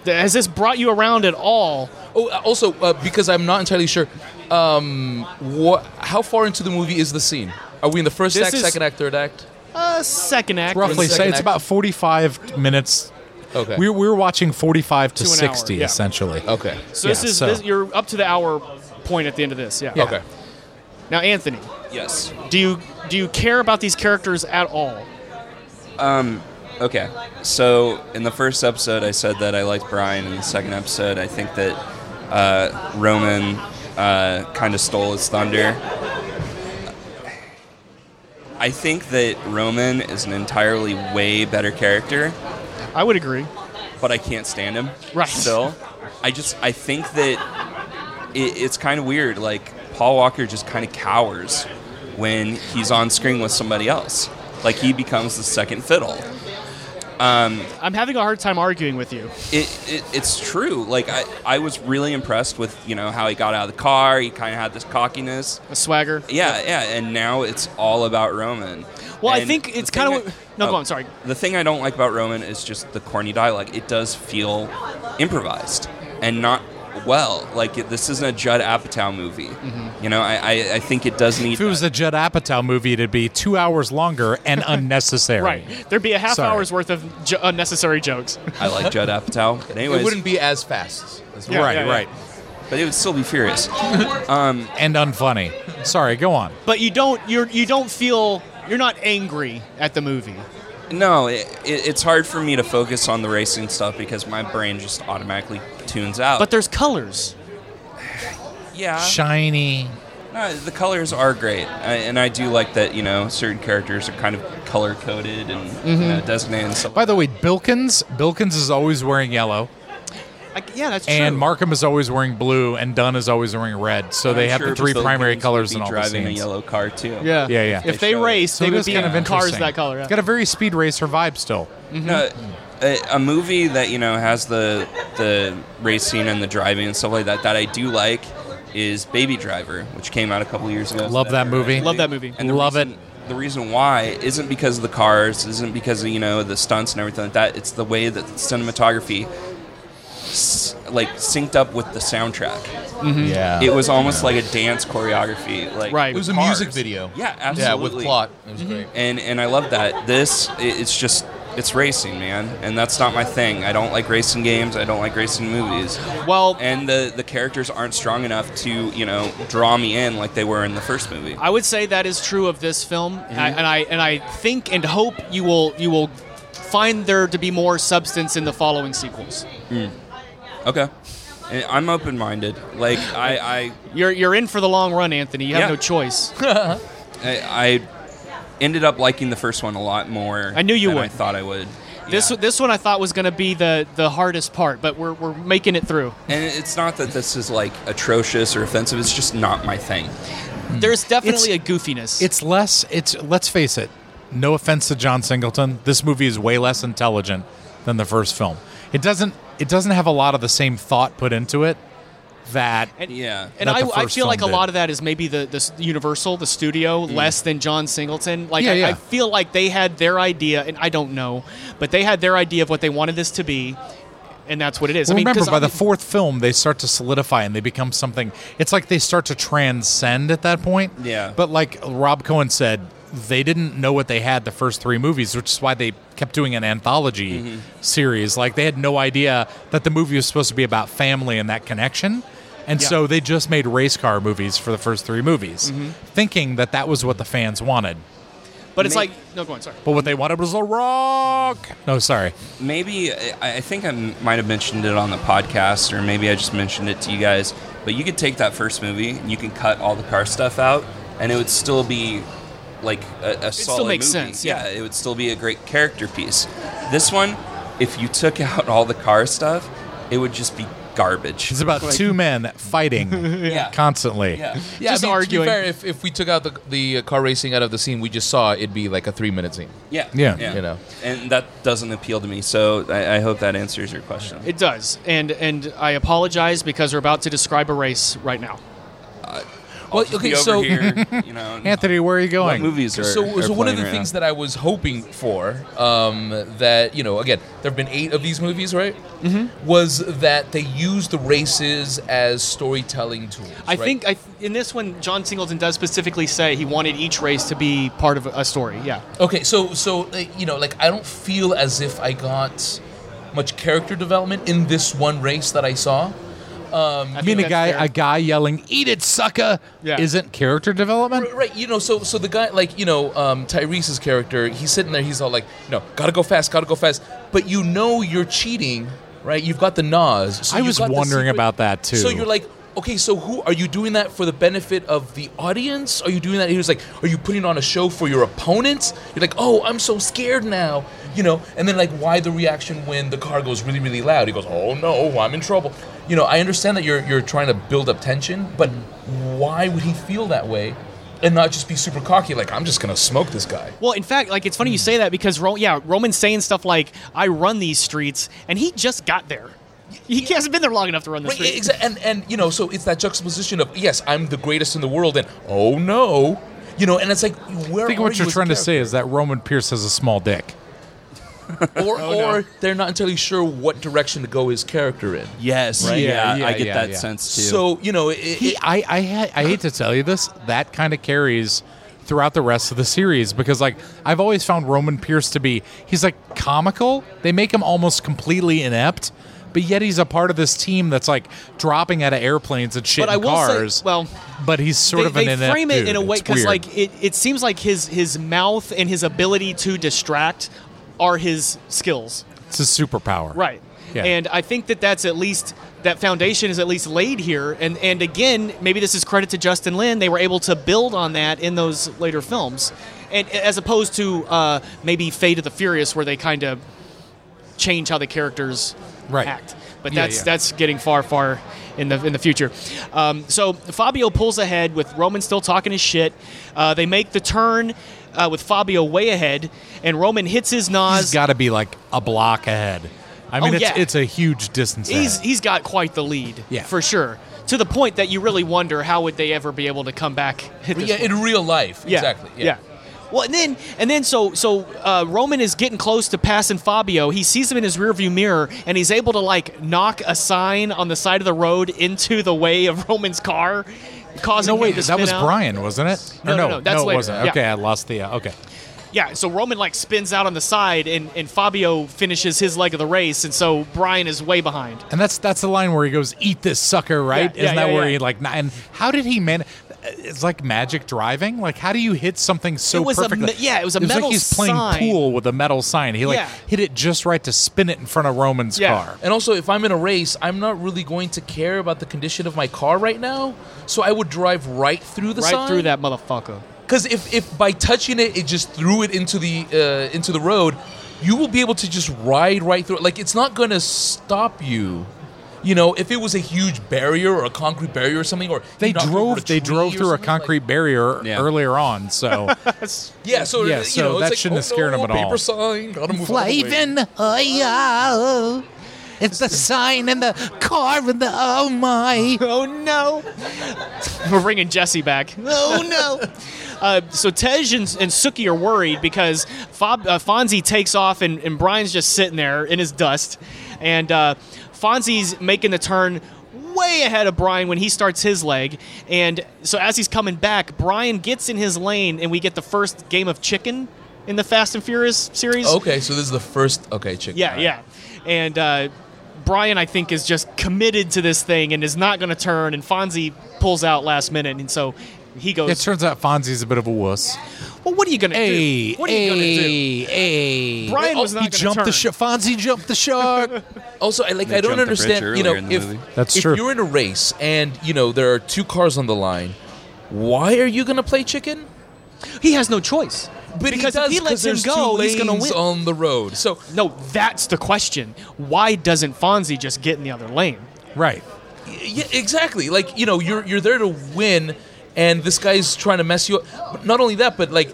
S1: Th- Has this brought you around at all?
S6: Oh, uh, also uh, because I'm not entirely sure. Um, what? How far into the movie is the scene? Are we in the first
S1: This
S6: act,
S1: is-
S6: second act, third act?
S1: Uh, second act.
S2: Roughly
S6: Second
S2: say it's
S6: act.
S2: about 45 minutes.
S6: Okay.
S2: We we were watching 45 to,
S1: To an hour,
S2: 60
S1: yeah.
S2: essentially.
S6: okay.
S1: So this
S2: yeah,
S1: is
S2: so-
S1: This, you're up to the hour point at the end of this. Yeah.
S6: Okay.
S1: Now, Anthony,
S5: Yes.
S1: do you do you care about these characters at all?
S5: Okay. So in the first episode, I said that I liked Brian. In the second episode, I think that uh, Roman uh, kind of stole his thunder. I think that Roman is an entirely way better character,
S1: I would agree.
S5: but I can't stand him.
S1: Right.
S5: Still, I just I think that it, it's kind of weird. Like Paul Walker just kind of cowers when he's on screen with somebody else. Like he becomes the second fiddle.
S1: I'm having a hard time arguing with you.
S5: it, it, it's true. Like I, I was really impressed with you know how he got out of the car. He kind of had this cockiness.
S1: A swagger.
S5: Yeah, yeah. And now it's all about Roman.
S1: Well, I
S5: And
S1: think
S5: the
S1: it's
S5: thing
S1: kind
S5: I- oh,
S1: of no. go on. Sorry.
S5: The thing I don't like about Roman is just the corny dialogue. It does feel improvised and not well. Like it, this isn't a Judd Apatow movie.
S1: Mm-hmm.
S5: You know, I, I, I think it does need.
S2: If it was a Judd Apatow movie, it'd be two hours longer and unnecessary.
S1: Right. There'd be a half
S2: Sorry.
S1: hour's worth of jo- unnecessary jokes.
S5: I like Judd Apatow, but anyways,
S3: It wouldn't be as fast. As
S1: Yeah,
S2: right,
S1: yeah, yeah.
S2: right.
S5: but it would still be furious.
S2: And unfunny. Sorry, go on.
S1: But you don't. You're you don't feel. You're not angry at the movie.
S5: No, it, it, it's hard for me to focus on the racing stuff because my brain just automatically tunes out.
S1: But there's colors.
S5: yeah,
S2: Shiny.
S5: no, the colors are great, I, and I do like that. You know, certain characters are kind of color coded and you
S2: Mm-hmm.
S5: know, designated and stuff.
S2: By the way, Bilkins, Bilkins is always wearing yellow,
S1: I, yeah, that's
S2: and
S1: true.
S2: Markham is always wearing blue, and Dunn is always wearing red. So they
S5: I'm
S2: have
S5: sure
S2: the three
S5: Bill
S2: primary
S5: Gates would
S2: colors
S5: be
S2: in all the
S5: driving a
S2: scenes.
S5: yellow car too.
S1: Yeah,
S2: Yeah, yeah.
S1: If
S5: They
S1: they
S5: show it.
S1: race,
S2: So
S1: they
S2: it
S1: would
S2: is
S1: be
S2: kind of
S1: in cars
S2: interesting.
S1: that color. Yeah.
S2: It's got a very speed racer vibe still.
S5: No, a, a movie that you know has the the racing and the driving and stuff like that that I do like is Baby Driver, which came out a couple years ago.
S2: Love that movie.
S1: Love that movie.
S5: the
S2: Love
S5: reason,
S2: it.
S5: The reason why isn't because of the cars, isn't because of you know the stunts and everything like that. It's the way that cinematography, s- like synced up with the soundtrack.
S3: Mm-hmm.
S2: Yeah.
S5: It was almost like a dance choreography. Like
S1: Right.
S3: It was a
S5: cars.
S3: music video. Yeah,
S5: Yeah,
S3: Mm-hmm. with
S5: absolutely.
S3: plot. It was great.
S5: And and I love that. This i it's just it's racing, man, and that's not my thing. I don't like racing games. I don't like racing movies.
S1: Well,
S5: And the the characters aren't strong enough to you know draw me in like they were in the first movie.
S1: I would say that is true of this film, and, I,
S2: Mm-hmm.
S1: and I and I think and hope you will you will find there to be more substance in the following sequels.
S5: Okay. And I'm open minded. Like I,
S1: You're you're in for the long run, Anthony. You have
S5: Yeah.
S1: no choice.
S5: I I I ended up liking the first one a lot more.
S1: I knew you
S5: than I
S1: would.
S5: thought I would.
S1: This
S5: Yeah.
S1: this one I thought was going to be the the hardest part, but we're we're making it through.
S5: and it's not that this is like atrocious or offensive. It's just not my thing.
S1: There's definitely a goofiness.
S2: Mm-hmm. It's less. It's let's face it. No offense to John Singleton, this movie is way less intelligent than the first film. It doesn't. It doesn't have a lot of the same thought put into it. That
S1: And-
S5: Yeah.
S1: And
S2: that
S1: I,
S2: the
S1: I
S2: first
S1: feel
S2: film
S1: like a
S2: did.
S1: lot of that is maybe the, the s- Universal, the studio, less than John Singleton. Like,
S2: Yeah,
S1: I,
S2: yeah.
S1: I feel like they had their idea, and I don't know, but they had their idea of what they wanted this to be, and that's what it is.
S2: Well,
S1: I mean,
S2: remember,
S1: 'cause
S2: by
S1: I-
S2: the fourth film, they start to solidify and they become something. It's like they start to transcend at that point.
S5: Yeah.
S2: But like Rob Cohen said, they didn't know what they had the first three movies, which is why they kept doing an anthology
S1: Mm-hmm.
S2: series. Like they had no idea that the movie was supposed to be about family and that connection. And
S1: Yeah.
S2: so they just made race car movies for the first three movies,
S1: Mm-hmm.
S2: thinking that that was what the fans wanted.
S1: but it's
S5: Ma-
S1: like, no, go on, sorry.
S2: But what they wanted was a rock. No, sorry.
S5: Maybe I, I think I m- might have mentioned it on the podcast, or maybe I just mentioned it to you guys. But you could take that first movie, and you can cut all the car stuff out, and it would still be like a, a solid
S1: still makes
S5: movie.
S1: sense, yeah.
S5: it would still be a great character piece. This one, if you took out all the car stuff, it would just be garbage.
S2: It's about two men fighting
S5: Yeah.
S2: constantly.
S5: Yeah.
S3: Yeah,
S1: Just
S3: I mean,
S1: arguing.
S3: To be fair, if, if we took out the, the uh, car racing out of the scene we just saw, it'd be like a three minute scene.
S5: Yeah.
S2: Yeah.
S3: You know.
S5: And that doesn't appeal to me. So I, I hope that answers your question.
S1: It does, and and I apologize because we're about to describe a race right now.
S3: Well,
S5: I'll just
S3: okay,
S5: be over
S3: so
S5: here, you know. and-
S2: Anthony, where are you
S5: what
S2: going?
S5: movies are
S3: so,
S5: are
S3: so one of
S5: playing
S3: the
S5: right
S3: things
S5: now?
S3: that I was hoping for, um, that you know, again, there have been eight of these movies, right? Mm-hmm. Was that they use the races as storytelling tools?
S1: I
S3: right?
S1: think I th- in this one, John Singleton does specifically say he wanted each race to be part of a story. Yeah,
S3: Okay, so so uh, you know, like I don't feel as if I got much character development in this one race that I saw.
S1: I
S2: I mean,
S1: think
S2: a
S1: that's
S2: guy,
S1: fair.
S2: a guy yelling, "Eat it, sucker!"
S1: Yeah.
S2: Isn't character development?
S3: R- Right, you know, so so the guy, like you know, um, Tyrese's character, he's sitting there, he's all like, "No, gotta go fast, gotta go fast," but you know you're cheating, right? You've got the Nas. So
S2: I
S3: you've
S2: was
S3: got the
S2: wondering
S3: secret-
S2: about that, too.
S3: So you're like. Okay, so who are you doing that for the benefit of the audience? Are you doing that? He was like, "Are you putting on a show for your opponents?" You're like, "Oh, I'm so scared now," you know. And then like, why the reaction when the car goes really, really loud? He goes, "Oh no, I'm in trouble." You know, I understand that you're you're trying to build up tension, but why would he feel that way, and not just be super cocky like, "I'm just gonna smoke this guy"?
S1: Well, in fact, like it's funny you say that because Ro- yeah, Roman's saying stuff like "I run these streets," and he just got there. He hasn't been there long enough to run the
S3: Right,
S1: streets.
S3: exa- and and you know, so it's that juxtaposition of yes, I'm the greatest in the world, and oh no, you know, and it's like where
S2: I think
S3: are
S2: what
S3: you
S2: you're
S3: as
S2: trying to
S3: character?
S2: say is that Roman Pierce has a small dick.
S3: or or they're not entirely sure what direction to go his character in.
S5: Yes.
S2: Right?
S5: Yeah,
S2: Yeah,
S5: I get
S2: yeah,
S5: that
S2: yeah.
S5: sense too.
S3: So you know, it,
S2: He,
S3: it,
S2: I, I, ha- I hate to tell you this, that kind of carries throughout the rest of the series because, like, I've always found Roman Pierce to be he's like comical. They make him almost completely inept, but yet he's a part of this team that's like dropping out of airplanes and shit
S1: But I
S2: in
S1: will say-
S2: cars.
S1: well,
S2: but he's sort
S1: they,
S2: of an
S1: they
S2: inept
S1: frame it in a
S2: dude.
S1: way
S2: It's
S1: because
S2: weird.
S1: like it, it seems like his his mouth and his ability to distract are his skills
S2: it's a superpower,
S1: right
S2: Yeah.
S1: and i think that that's at least that foundation is at least laid here and and again maybe this is credit to justin lin they were able to build on that in those later films and as opposed to uh, maybe fate of the furious where they kind of change how the characters
S2: Right.
S1: act but
S2: Yeah,
S1: that's
S2: yeah.
S1: that's getting far far in the in the future um, so fabio pulls ahead with roman still talking his shit uh, they make the turn uh, with fabio way ahead and roman hits his
S2: He's
S1: nos
S2: got to be like a block ahead. I mean,
S1: Oh,
S2: it's
S1: yeah.
S2: it's a huge distance.
S1: he's
S2: ahead.
S1: he's got quite the lead
S2: Yeah.
S1: for sure to the point that you really wonder how would they ever be able to come back hit this
S3: yeah,
S1: one.
S3: in real life, exactly. Yeah.
S1: Well, and then and then so so uh, Roman is getting close to passing Fabio. He sees him in his rearview mirror, and he's able to like knock a sign on the side of the road into the way of Roman's car, causing
S2: No,
S1: him
S2: wait,
S1: to
S2: that
S1: spin
S2: was
S1: out.
S2: Brian, wasn't it?
S1: No,
S2: Or
S1: no, no, that's
S2: it
S1: later.
S2: wasn't.
S1: Yeah.
S2: Okay, I lost the. Uh, okay,
S1: Yeah, so Roman like spins out on the side, and and Fabio finishes his leg of the race, and so Brian is way behind.
S2: and that's that's the line where he goes, "Eat this sucker," right?
S1: Yeah, yeah,
S2: Isn't that
S1: yeah,
S2: where
S1: yeah.
S2: he like? na- And how did he man? It's like magic driving. Like, how do you hit something so
S1: It was a
S2: perfectly?
S1: me- yeah, it was a
S2: like
S1: metal
S2: he's playing
S1: sign.
S2: pool with a metal sign. He like
S1: Yeah.
S2: hit it just right to spin it in front of Roman's
S1: Yeah.
S2: car.
S3: And also, if I'm in a race, I'm not really going to care about the condition of my car right now. So I would drive right through the
S1: Right
S3: sign.
S1: through that motherfucker.
S3: Because if, if by touching it, it just threw it into the uh, into the road, you will be able to just ride right through it. Like it's not going to stop you. You know, if it was a huge barrier or a concrete barrier or something, or
S2: They
S3: you knocked over a
S2: drove. They
S3: tree
S2: drove
S3: or
S2: through a
S3: something, like-
S2: concrete barrier
S5: Yeah.
S2: earlier on. So
S3: yeah, so
S2: Yeah,
S3: you
S2: so
S3: know, it's
S2: that
S3: like,
S2: shouldn't
S3: oh,
S2: have scared
S3: no,
S2: him at all.
S3: Paper sign, gotta move out of the way.
S2: oh yeah, it's the sign and the car and the oh my.
S1: Oh no! We're bringing Jesse back. Oh no! Uh, so Tej and, and Suki are worried because Fob, uh, Fonzie takes off and, and Brian's just sitting there in his dust, and uh, Fonzie's making the turn way ahead of Brian when he starts his leg, and so as he's coming back, Brian gets in his lane, and we get the first game of chicken in the Fast and Furious series.
S3: Okay, so this is the first. Okay, chicken.
S1: Yeah,
S3: all right.
S1: yeah. And uh, Brian, I think, is just committed to this thing and is not going to turn. And Fonzie pulls out last minute, and so he
S2: It
S1: goes.
S2: turns out Fonzie's a bit of a wuss.
S1: well, what are you going to
S2: Hey,
S1: do? What are you going to do?
S2: hey, hey. Oh,
S1: Brian was not
S2: he
S1: gonna
S2: jumped the
S1: turn.
S2: shark. Fonzie jumped the shark.
S3: Also, I like
S5: They
S3: I don't
S5: jumped the bridge
S3: understand. You know,
S5: earlier in the
S3: if
S5: movie.
S2: That's
S3: if
S2: true.
S3: you're in a race and you know there are two cars on the line, why are you gonna play chicken?
S1: He has no choice.
S3: But
S1: because
S3: he does,
S1: if he
S3: 'cause
S1: lets him
S3: there's
S1: go,
S3: two
S1: he's going to
S3: lanes
S1: win.
S3: on the road. So
S1: no, that's the question. Why doesn't Fonzie just get in the other lane?
S2: Right.
S3: yeah, exactly. Like you know, you're you're there to win, and this guy's trying to mess you up. But not only that, but like,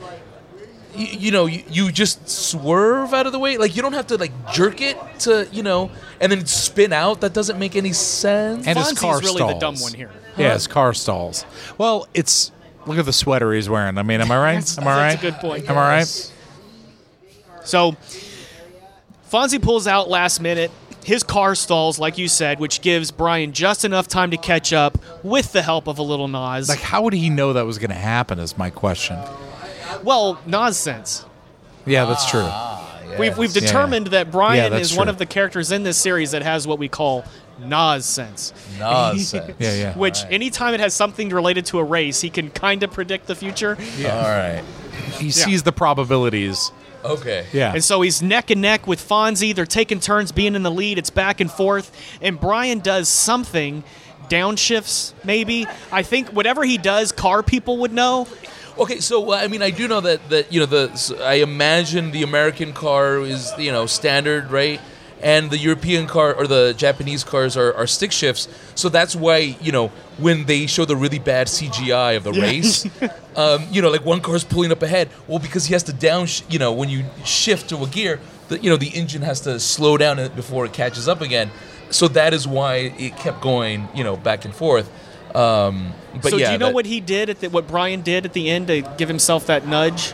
S3: you, you know, you, you just swerve out of the way. Like you don't have to like jerk it to you know, and then spin out. That doesn't make any sense.
S2: And his
S1: Fonzie's
S2: car
S1: really
S2: stalls.
S1: the dumb one here.
S2: Yeah, his car stalls. Well, it's look at the sweater he's wearing. I mean, am I right? am I right?
S1: That's a good point.
S2: Am I right?
S1: So Fonzie pulls out last minute. His car stalls, like you said, which gives Brian just enough time to catch up with the help of a little Nas.
S2: Like, how would he know that was going to happen? Is my question.
S1: well, Nas sense.
S2: Yeah, that's true.
S1: We've, we've
S2: Yeah, yeah.
S1: determined that Brian
S2: that's
S1: is one
S2: true.
S1: of the characters in this series that has what we call Nas sense,
S7: Nonsense.
S2: Yeah, yeah.
S1: which anytime it has something related to a race, he can kind of predict the future.
S7: All right.
S2: He sees the probabilities.
S3: Okay.
S2: Yeah.
S1: And so he's neck and neck with Fonzie. They're taking turns being in the lead. It's back and forth. And Brian does something, downshifts maybe. I think whatever he does, car people would know.
S3: Okay, so well, I mean, I do know that that you know the s- I imagine the American car is you know standard, right? And the European car or the Japanese cars are, are stick shifts, so that's why you know when they show the really bad CGI of the race, um, you know, like one car's pulling up ahead. Well, because he has to down, sh- you know, when you shift to a gear, the, you know, the engine has to slow down it before it catches up again. So that is why it kept going, you know, back and forth. Um, but
S1: so
S3: yeah,
S1: do you know
S3: that-
S1: what he did at the, what Brian did at the end to give himself that nudge?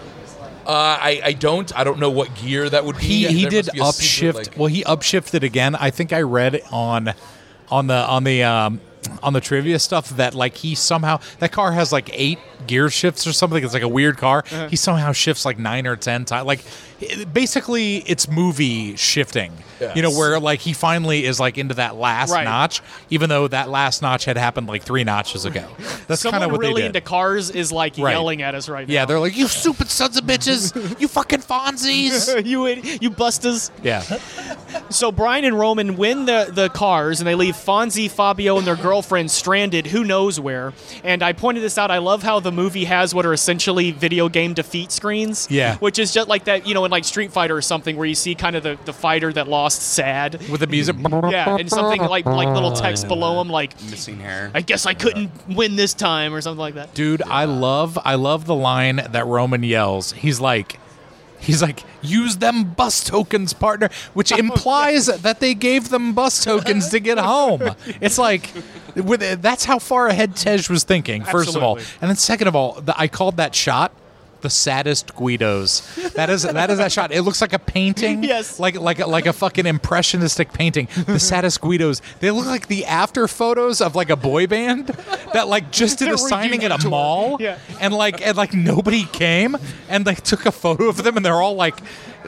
S3: Uh, I, I don't. I don't know what gear that would be.
S2: he
S3: Yeah,
S2: he
S3: there
S2: did
S3: must be a secret,
S2: upshift.
S3: like-
S2: well, he upshifted again. I think I read on on the on the um, on the trivia stuff that like he somehow that car has like eight gear shifts or something. It's like a weird car.
S3: Uh-huh.
S2: He somehow shifts like nine or ten times. Like it- basically, it's movie shifting. You know where like he finally is like into that last
S1: Right.
S2: notch, even though that last notch had happened like three notches ago. That's kind
S1: Someone
S2: of what
S1: really
S2: they did.
S1: into cars is like
S2: Right.
S1: yelling at us right
S2: yeah,
S1: now.
S2: they're like you stupid sons of bitches, you fucking Fonzies.
S1: you id- you busters.
S2: yeah.
S1: So Brian and Roman win the, the cars and they leave Fonzie, Fabio, and their girlfriend stranded who knows where. And I pointed this out. I love how the movie has what are essentially video game defeat screens.
S2: Yeah.
S1: Which is just like that, you know, in like Street Fighter or something where you see kind of the, the fighter that lost sad.
S2: with the music.
S1: Yeah. And something like like little text below him like
S5: missing hair.
S1: I guess I couldn't win this time or something like that.
S2: Dude, I love I love the line that Roman yells. He's like he's like use them bus tokens, partner,
S1: Oh,
S2: which implies that they gave them bus tokens to get home. It's like with that's how far ahead Tej was thinking, first of all.
S1: Absolutely.
S2: And then second of all, the, I called that shot the saddest Guidos. That is that is that shot. It looks like a painting.
S1: Yes.
S2: Like like a, like a fucking impressionistic painting. The saddest Guidos. They look like the after photos of like a boy band that like just did a signing at a mall.
S1: Yeah.
S2: And like and like nobody came and like took a photo of them and they're all like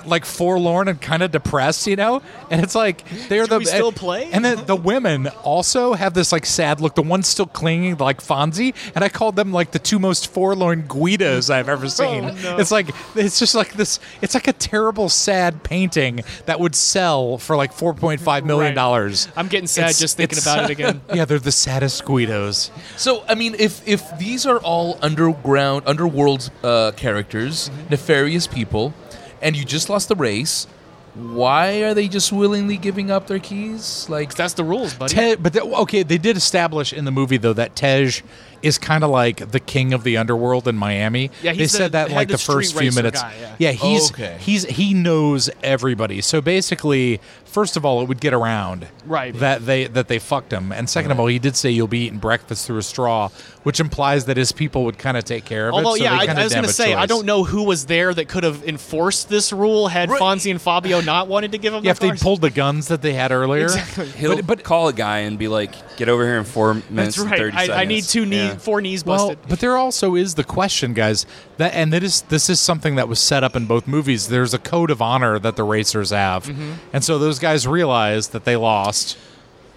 S2: like forlorn and kind of depressed, you know. And it's like they're the
S1: we still
S2: and-
S1: play?
S2: And then the women also have this like sad look. The one's still clinging like Fonzie, and I called them like the two most forlorn Guidos I've ever seen.
S1: Oh, no.
S2: It's like it's just like this. It's like a terrible sad painting that would sell for like four point five million dollars.
S1: I'm getting sad
S2: It's-
S1: just thinking
S2: it's-
S1: about it again.
S2: Yeah, they're the saddest Guidos.
S3: So I mean, if if these are all underground, underworld uh, characters,
S2: Mm-hmm.
S3: nefarious people, and you just lost the race, why are they just willingly giving up their keys? Like
S1: That's the rules, buddy.
S2: Tej, but they- okay, they did establish in the movie though that Tej is kind of like the king of the underworld in Miami.
S1: Yeah,
S2: they
S1: he's
S2: said
S1: the
S2: that like the
S1: head street
S2: first few
S1: racer
S2: minutes.
S1: guy, yeah.
S2: yeah, he's
S3: Okay.
S2: he's he knows everybody. So basically, first of all, it would get around
S1: Right.
S2: that they that they fucked him, and second of all, he did say you'll be eating breakfast through a straw, which implies that his people would kind of take care of
S1: Although,
S2: it. So
S1: yeah,
S2: they
S1: I,
S2: kinda
S1: I was
S2: didn't
S1: going to
S2: have
S1: say,
S2: a
S1: I
S2: choice.
S1: don't know who was there that could have enforced this rule had
S3: Right.
S1: Fonzie and Fabio not wanted to give him.
S2: Yeah, if
S1: the
S2: they
S1: cars.
S2: pulled the guns that they had earlier,
S5: He'll
S2: but,
S5: but, call a guy and be like, "Get over here in four
S1: That's
S5: minutes and
S1: right.
S5: thirty seconds."
S1: I, I need two knee,
S5: Yeah.
S1: four knees
S2: Well,
S1: busted.
S2: but there also is the question, guys. That and that is this is something that was set up in both movies. There's a code of honor that the racers have,
S1: Mm-hmm.
S2: and so those guys realize that they lost.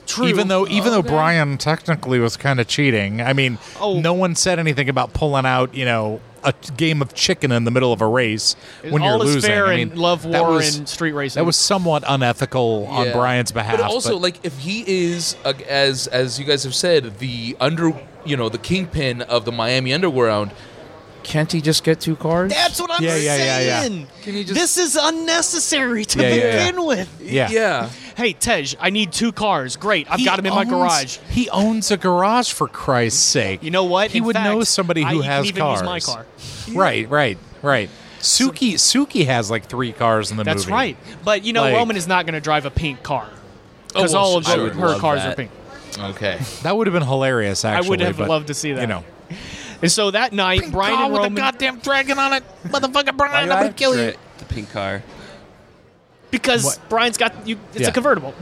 S1: True.
S2: Even though, even though Brian technically was kind of cheating. I mean,
S1: Oh.
S2: no one said anything about pulling out, you know, a t- game of chicken in the middle of a race when
S1: all
S2: you're
S1: is
S2: losing.
S1: fair
S2: I
S1: in
S2: mean,
S1: love,
S2: that
S1: war,
S2: was-
S1: and street racing.
S2: that was somewhat unethical on
S3: Yeah.
S2: Brian's behalf.
S3: But also, like, if he is uh, as as you guys have said, the under you know the kingpin of the Miami underground, can't he just get two cars?
S1: That's what I'm
S2: Yeah, yeah, yeah, yeah.
S1: saying.
S3: Can you just-
S1: This is unnecessary to
S2: Yeah, yeah, yeah.
S1: begin with.
S2: yeah,
S3: yeah.
S1: hey, Tej, I need two cars. Great, I've got them in my
S2: owns-
S1: garage. Mm-hmm.
S2: He owns a garage for Christ's sake.
S1: You know what?
S2: He
S1: In
S2: would know
S1: fact,
S2: somebody
S1: I
S2: who
S1: can
S2: has
S1: even
S2: cars.
S1: use my car.
S2: Right, right, right. Suki Suki has like three cars in the
S1: That's
S2: movie.
S1: right. But you know,
S2: Like-
S1: Roman is not going to drive a pink car
S3: Oh,
S1: because
S3: well,
S1: all of
S3: I
S1: the-
S3: would
S1: her
S3: love
S1: cars
S3: that.
S1: are pink.
S3: Okay.
S2: That would have been hilarious. Actually,
S1: I would have
S2: but,
S1: loved to see that.
S2: You know,
S1: And so that night, Brian and Roman
S2: goddamn dragon on it, motherfucker
S5: Why
S2: Brian.
S5: do I have to dra- The pink car.
S1: because
S2: What?
S1: Brian's got you. It's
S2: Yeah.
S1: a convertible.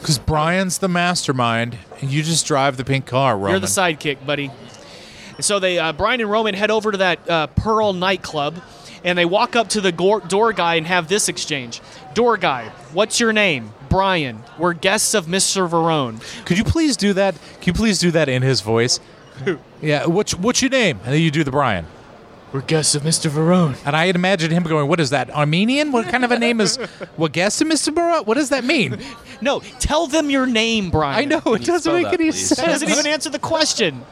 S2: Because Brian's the mastermind, and you just drive the pink car, Roman.
S1: You're the sidekick, buddy. And so they, uh, Brian and Roman, head over to that uh, Pearl nightclub, and they walk up to the go- door guy and have this exchange. Door guy, what's your name? Brian. We're guests of Mr. Verone.
S2: Could you please do that? Could you please do that in his voice? Yeah. What's what's your name? And then you do the Brian.
S1: We're guests of Mr. Verone.
S2: And I had imagined him going, "What is that? Armenian? What kind of a name is? Well, guess it, Mister Burrow. What does that mean?
S1: No, tell them your name, Brian.
S2: I know it
S5: you
S2: doesn't
S5: spell
S2: make
S5: that,
S2: any
S5: please?
S2: sense.
S1: That doesn't even answer the question.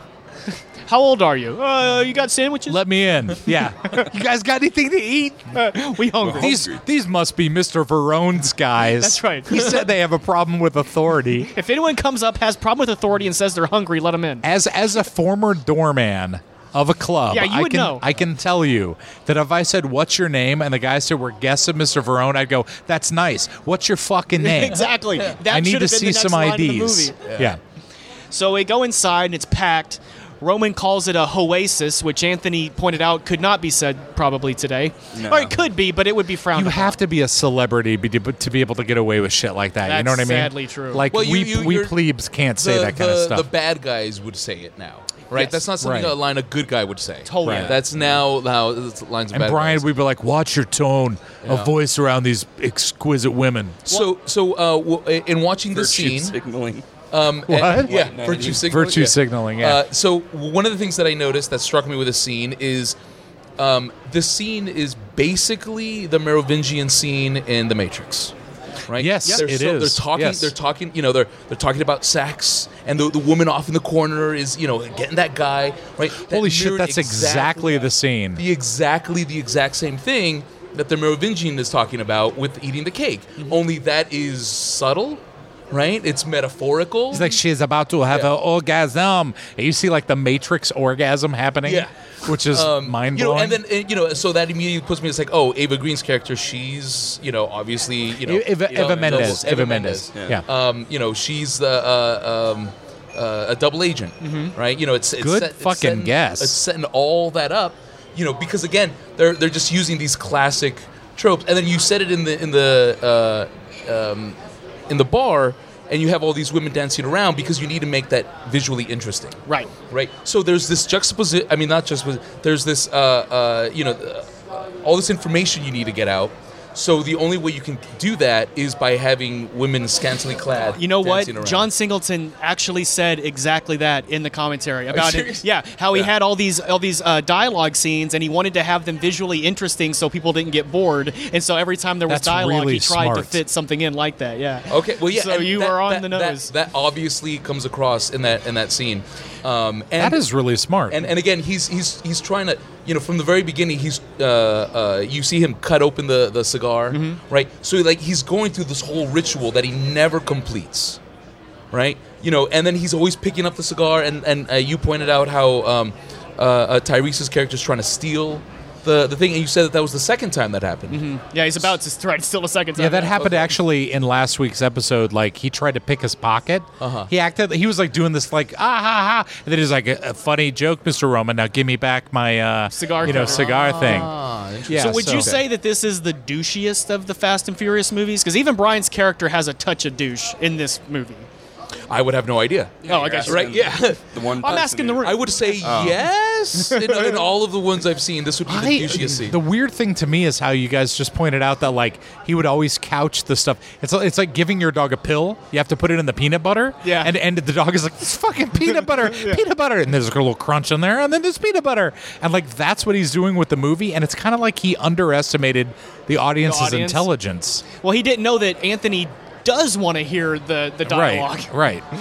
S1: How old are you? Uh, you got sandwiches?
S2: Let me in. Yeah. you guys got anything to eat?
S1: Uh, we hungry.
S2: These these must be Mister Verone's guys.
S1: That's right.
S2: he said they have a problem with authority.
S1: if anyone comes up, has problem with authority, and says they're hungry, let them in.
S2: As as a former doorman of a club,
S1: Yeah, you
S2: I
S1: would
S2: can
S1: know.
S2: I can tell you that if I said what's your name and the guy said we're guests of Mr. Verone, I'd go, That's nice. What's your fucking name?
S1: Exactly. That
S2: I need
S1: should
S2: to
S1: have been
S2: see
S1: the next
S2: some
S1: line in the
S2: IDs.
S1: movie.
S2: Yeah.
S1: So they go inside and it's packed. Roman calls it a oasis, which Anthony pointed out could not be said probably today.
S5: No.
S1: Or it could be, but it would be frowned
S2: You
S1: upon.
S2: have to be a celebrity be- to be able to get away with shit like that. you know what I
S1: That's
S2: mean?
S1: sadly true.
S2: Like
S3: Well, you-
S2: we
S3: you-
S2: we
S3: you're-
S2: plebes can't say that kind of stuff.
S3: The bad guys would say it now, right?
S1: Yes.
S3: That's not something
S2: Right.
S3: a line a good guy would say.
S1: Totally. Right.
S3: That's now how it's lines. of
S2: and
S3: bad
S2: Brian,
S3: guys.
S2: we'd be like, "Watch your tone,
S3: Yeah.
S2: a voice around these exquisite women."
S3: so so uh, w- in watching the
S5: Virtue
S3: scene,
S5: signaling.
S3: um,
S2: What?
S3: yeah,
S5: White knight.
S3: virtue signaling.
S2: Virtue
S3: yeah.
S2: signaling, yeah.
S3: Uh, so one of the things that I noticed that struck me with this scene is um, the scene is basically the Merovingian scene in The Matrix. Right?
S2: Yes,
S3: they're
S2: it
S3: so-
S2: is.
S3: They're talking.
S2: Yes.
S3: They're talking. You know, they're they're talking about sex, and the, the woman off in the corner is you know getting that guy. Right? That
S2: Holy shit,
S3: mirrored
S2: that's exactly the scene.
S3: the exactly the exact same thing that the Merovingian is talking about with eating the cake.
S2: Mm-hmm.
S3: Only that is subtle, right? It's metaphorical.
S2: It's like she's about to have
S3: Yeah.
S2: an orgasm. And you see like the Matrix orgasm happening,
S3: Yeah.
S2: which is
S3: Um,
S2: mind
S3: you know,
S2: blowing.
S3: and then and, you know, so that immediately puts me as like, oh, Ava Green's character, she's you know, obviously you know,
S2: Eva,
S3: you know,
S2: Eva
S3: double-
S2: Mendes, Eva, Mendes,
S3: Mendes.
S2: yeah.
S3: Um, you know, she's the uh, um, uh, a double agent, right? You know, it's, it's
S2: Mm-hmm. Good
S3: set- it's
S2: fucking
S3: setting-
S2: guess.
S3: It's setting all that up, you know, because again, they're they're just using these classic tropes, and then you said it in the in the uh, um, in the bar. And you have all these women dancing around because you need to make that visually interesting
S1: right.
S3: right? So there's this juxtaposition. I mean, not juxtaposition. There's this, uh, uh, you know, uh, all this information you need to get out. So the only way you can do that is by having women scantily clad.
S1: You know what?
S3: dancing around.
S1: John Singleton actually said exactly that in the commentary
S3: you
S1: about it.
S3: serious?
S1: Yeah, how he
S3: Yeah.
S1: had all these all these uh, dialogue scenes, and he wanted to have them visually interesting so people didn't get bored. And so every time there was
S2: That's
S1: dialogue, he
S2: really
S1: tried to
S2: smart.
S1: fit something in like that. Yeah.
S3: Okay. Well, yeah.
S1: So
S3: and
S1: you
S3: that-
S1: are on
S3: that-
S1: the
S3: that-
S1: nose.
S3: That, obviously comes across in that in that scene. Um, and
S2: that is really smart.
S3: and and again he's he's he's trying to you know from the very beginning he's uh, uh, you see him cut open the the cigar right so like he's going through this whole ritual that he never completes right you know and then he's always picking up the cigar and and uh, you pointed out how um, uh, uh, Tyrese's character is trying to steal the the thing and you said that that was the second time that happened
S1: yeah, he's about to try to steal a second time.
S2: yeah, that
S3: uh,
S2: happened actually in last week's episode. Like he tried to pick his pocket.
S3: Uh-huh.
S2: He acted. He was like doing this, like ah ha ha, and then he's like a, a funny joke, Mister Roman. Now give me back my uh,
S1: Cigar
S2: you know,
S1: cover.
S2: cigar thing.
S3: Ah, interesting.
S2: Yeah.
S1: so would you
S2: so-
S1: say that this is the douchiest of the Fast and Furious movies? Because even Brian's character has a touch of douche in this movie.
S3: I would have no idea
S1: Oh, I
S5: you're
S1: got you.
S3: right
S5: asking
S3: yeah
S5: The one
S1: I'm
S5: person
S1: asking the
S5: who-
S1: room.
S3: I would say yes in, in all of the ones I've seen this would be
S2: I-
S3: the douchiest scene
S2: the weird thing to me is how you guys just pointed out that like he would always couch the stuff. It's it's like giving your dog a pill. You have to put it in the peanut butter.
S1: Yeah.
S2: And and the dog is like this fucking peanut butter, peanut butter, and there's like a little crunch in there, and then there's peanut butter, and like that's what he's doing with the movie, and it's kind of like he underestimated the audience's
S1: audience?
S2: intelligence.
S1: Well, he didn't know that Anthony does want to hear the, the dialogue.
S2: Right. Right.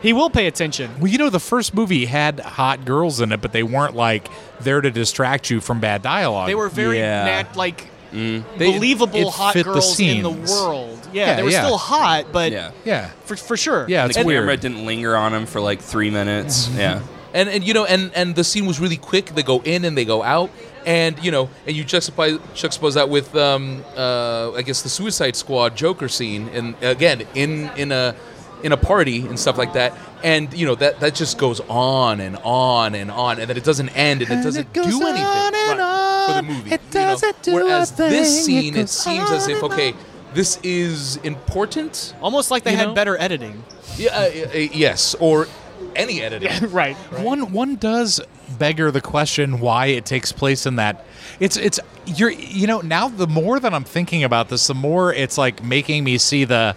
S1: He will pay attention.
S2: Well, you know, the first movie had hot girls in it, but they weren't like there to distract you from bad dialogue.
S1: They were very
S5: Yeah.
S1: nat- like
S2: Mm. They-
S1: believable
S2: it
S1: hot
S2: fit the
S1: girls in the
S2: scenes.
S1: world. Yeah,
S2: Yeah,
S1: they were
S2: yeah.
S1: still hot, but
S5: Yeah.
S2: Yeah.
S1: for, for sure.
S2: Yeah,
S5: And
S2: it's
S5: the
S2: weird.
S5: camera didn't linger on him for like three minutes. yeah.
S3: and and you know and and the scene was really quick they go in and they go out and you know and you juxtapose juxtapose that with um uh i guess the suicide squad joker scene and again in in a in a party and stuff like that and you know that that just goes on and on and on and that it doesn't end and it doesn't
S2: it goes
S3: do anything
S2: on and
S3: for the
S2: on.
S3: movie
S2: It
S3: you know?
S2: doesn't do a
S3: whereas this
S2: thing. It
S3: scene it
S2: goes
S3: seems as
S2: on
S3: if
S2: and
S3: okay this is important
S1: Almost like they
S3: You
S1: had
S3: know?
S1: better editing.
S3: yeah uh, uh, yes or any editing
S1: right.
S2: One one does beggar the question why it takes place in that. It's it's you're you know now the more that I'm thinking about this, the more it's like making me see the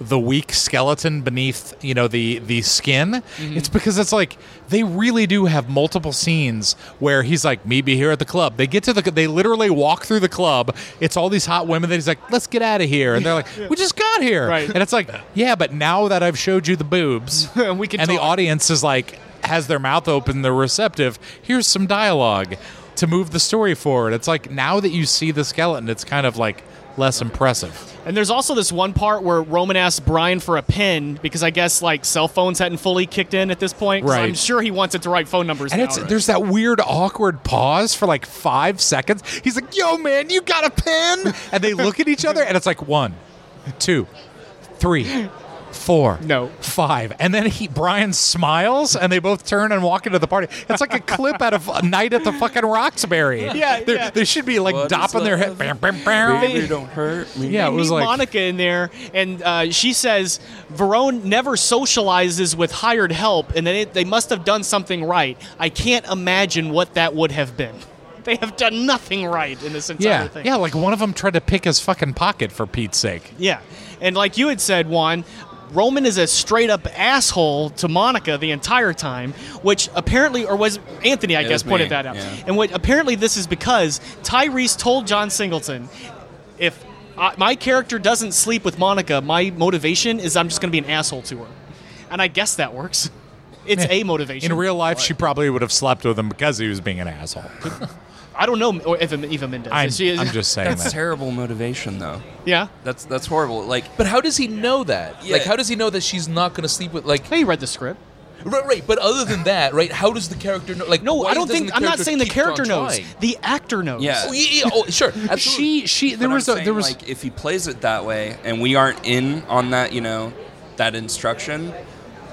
S2: the weak skeleton beneath you know the the skin.
S1: Mm-hmm.
S2: It's because it's like they really do have multiple scenes where he's like meet me here at the club. They get to the they literally walk through the club. It's all these hot women that he's like let's get out of here, and they're like we just got here,
S1: Right.
S2: and it's like yeah, but now that I've showed you the boobs
S1: And we can
S2: and the
S1: talk.
S2: audience is like has their mouth open they're receptive here's some dialogue to move the story forward it's like now that you see the skeleton it's kind of like less impressive
S1: And there's also this one part where Roman asks Brian for a pin because I guess like cell phones hadn't fully kicked in at this point. 'cause
S2: Right.
S1: I'm sure he wanted to write phone numbers.
S2: and
S1: now,
S2: it's
S1: right?
S2: there's that weird awkward pause for like five seconds he's like yo man you got a pen and they look at each other and it's like one two three four
S1: No.
S2: five and then he brian smiles and they both turn and walk into the party it's like a clip out of a night at the fucking roxbury
S1: Yeah,
S2: They're-
S1: yeah.
S2: they should be like
S5: What is
S2: dopping their head bam, bam, bam.
S1: Baby,
S5: don't hurt me.
S2: yeah it
S1: They
S2: was
S1: meet
S2: like
S1: Monica in there, and uh, she says Verone never socializes with hired help, and they, they must have done something right. I can't imagine what that would have been. They have done nothing right in this entire
S2: yeah
S1: thing.
S2: yeah like one of them tried to pick his fucking pocket for pete's sake
S1: Yeah. And like you had said, Juan, Roman is a straight up asshole to Monica the entire time, which apparently, or was Anthony, I guess,
S5: was
S1: pointed
S5: me,
S1: that out.
S5: yeah.
S1: And what apparently this is because Tyrese told John Singleton, if I, my character doesn't sleep with Monica, my motivation is I'm just going to be an asshole to her. And I guess that works. It's a motivation.
S2: in real life she probably would have slept with him because he was being an asshole
S1: I don't know or if Eva Mendes.
S2: i'm,
S1: she is,
S2: I'm just saying
S5: That's
S2: that
S5: terrible motivation, though.
S1: Yeah.
S5: That's that's horrible. Like,
S3: But how does he know that? Like,
S5: Yeah.
S3: how does he know that she's not going to sleep with like?
S1: Hey, you read the script.
S3: Right, right. But other than that, right? How does the character know? Like,
S1: No,
S3: why
S1: I don't
S3: doesn't
S1: think.
S3: the
S1: I'm not saying the
S3: keep on
S1: character knows.
S3: trying?
S1: The actor knows.
S5: Yeah.
S3: Oh, yeah, yeah, oh, sure. Absolutely.
S2: she she there
S5: there
S2: was a there was
S5: like if he plays it that way, and we aren't in on that, you know, that instruction.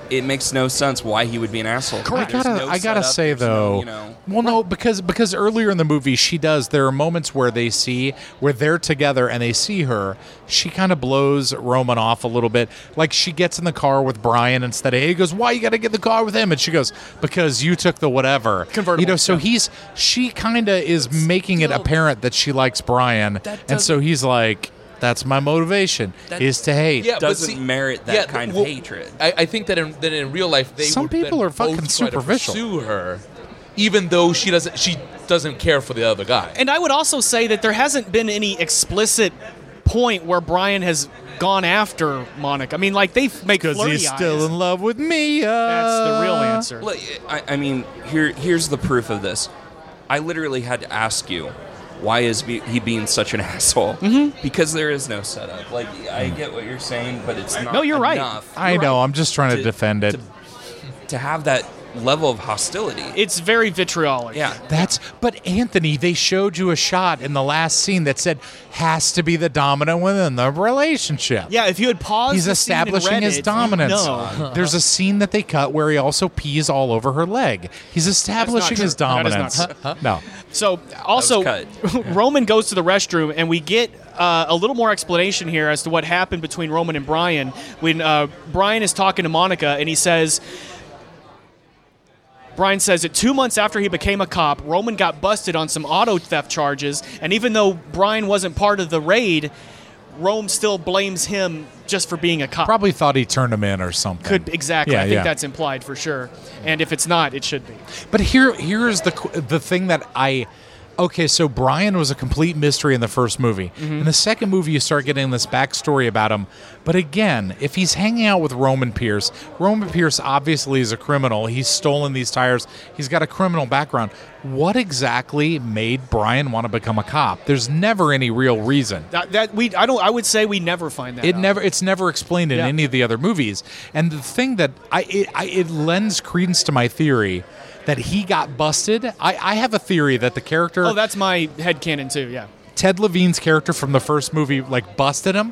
S5: It makes no sense why he would be an asshole.
S2: I
S5: There's
S2: gotta,
S5: no
S2: I gotta
S5: setup,
S2: say
S5: there's no,
S2: though,
S5: you know,
S2: well, no, because because earlier in the movie she does. There are moments where they see where they're together and they see her. She kind of blows Roman off a little bit. Like she gets in the car with Brian instead of he goes, "Why you gotta get in the car with him?" And she goes, "Because you took the whatever
S1: Convertible,
S2: You know, so
S1: yeah.
S2: he's she kind of is making it
S3: still-
S2: apparent that she likes Brian, and so he's like. That's my motivation is to hate.
S3: Yeah, but
S5: doesn't
S3: see-
S5: merit that
S3: yeah,
S5: kind
S3: well,
S5: of hatred.
S3: I, I think that in, that in real life, they
S2: Some
S3: would then
S2: people are fucking
S3: both try
S2: superficial.
S3: To pursue her, even though she doesn't. She doesn't care for the other guy.
S1: And I would also say that there hasn't been any explicit point where Brian has gone after Monica. I mean, like they f- make
S2: because
S1: flirty
S2: he's still
S1: eyes.
S2: in love with me. uh.
S1: That's the real answer.
S5: Well, I, I mean, here here's the proof of this. I literally had to ask you, why is be, he being such an asshole?
S2: Mm-hmm.
S5: Because there is no setup. Like I
S2: Mm.
S5: get what you're saying, but it's not
S1: No, you're right.
S5: enough
S2: I know. I'm just trying to,
S5: To-
S2: defend it.
S5: to- to have that level of hostility.
S1: It's very vitriolic.
S5: Yeah,
S2: That's but Anthony, they showed you a shot in the last scene that said has to be the dominant within the relationship.
S1: Yeah, if you had paused,
S2: He's
S1: the scene and
S2: establishing
S1: read
S2: his
S1: it,
S2: dominance.
S1: No.
S2: There's a scene that they cut where he also pees all over her leg. He's establishing his
S1: true. That is not
S2: dominance. No.
S1: So also,
S5: That was
S1: Roman goes to the restroom, and we get uh, a little more explanation here as to what happened between Roman and Brian when uh, Brian is talking to Monica, and he says. Brian says that two months after he became a cop, Roman got busted on some auto theft charges, and even though Brian wasn't part of the raid, Rome still blames him just for being a cop.
S2: Probably thought he turned him in or something.
S1: Could exactly.
S2: Yeah,
S1: I think
S2: yeah.
S1: that's implied for sure. And if it's not, it should be.
S2: But here, here is the qu- the thing that I. Okay, so Brian was a complete mystery in the first movie. In the second movie, you start getting this backstory about him. But again, if he's hanging out with Roman Pierce, Roman Pierce obviously is a criminal. He's stolen these tires. He's got a criminal background. what exactly made Brian want to become a cop? There's never any real reason.
S1: That, that we I don't I would say we never find that.
S2: It
S1: out.
S2: never it's never explained in
S1: Yeah.
S2: any of the other movies. And the thing that I it, I it lends credence to my theory that he got busted. I, I have a theory that the character
S1: Oh, that's my headcanon too. Yeah.
S2: Ted Levine's character from the first movie like busted him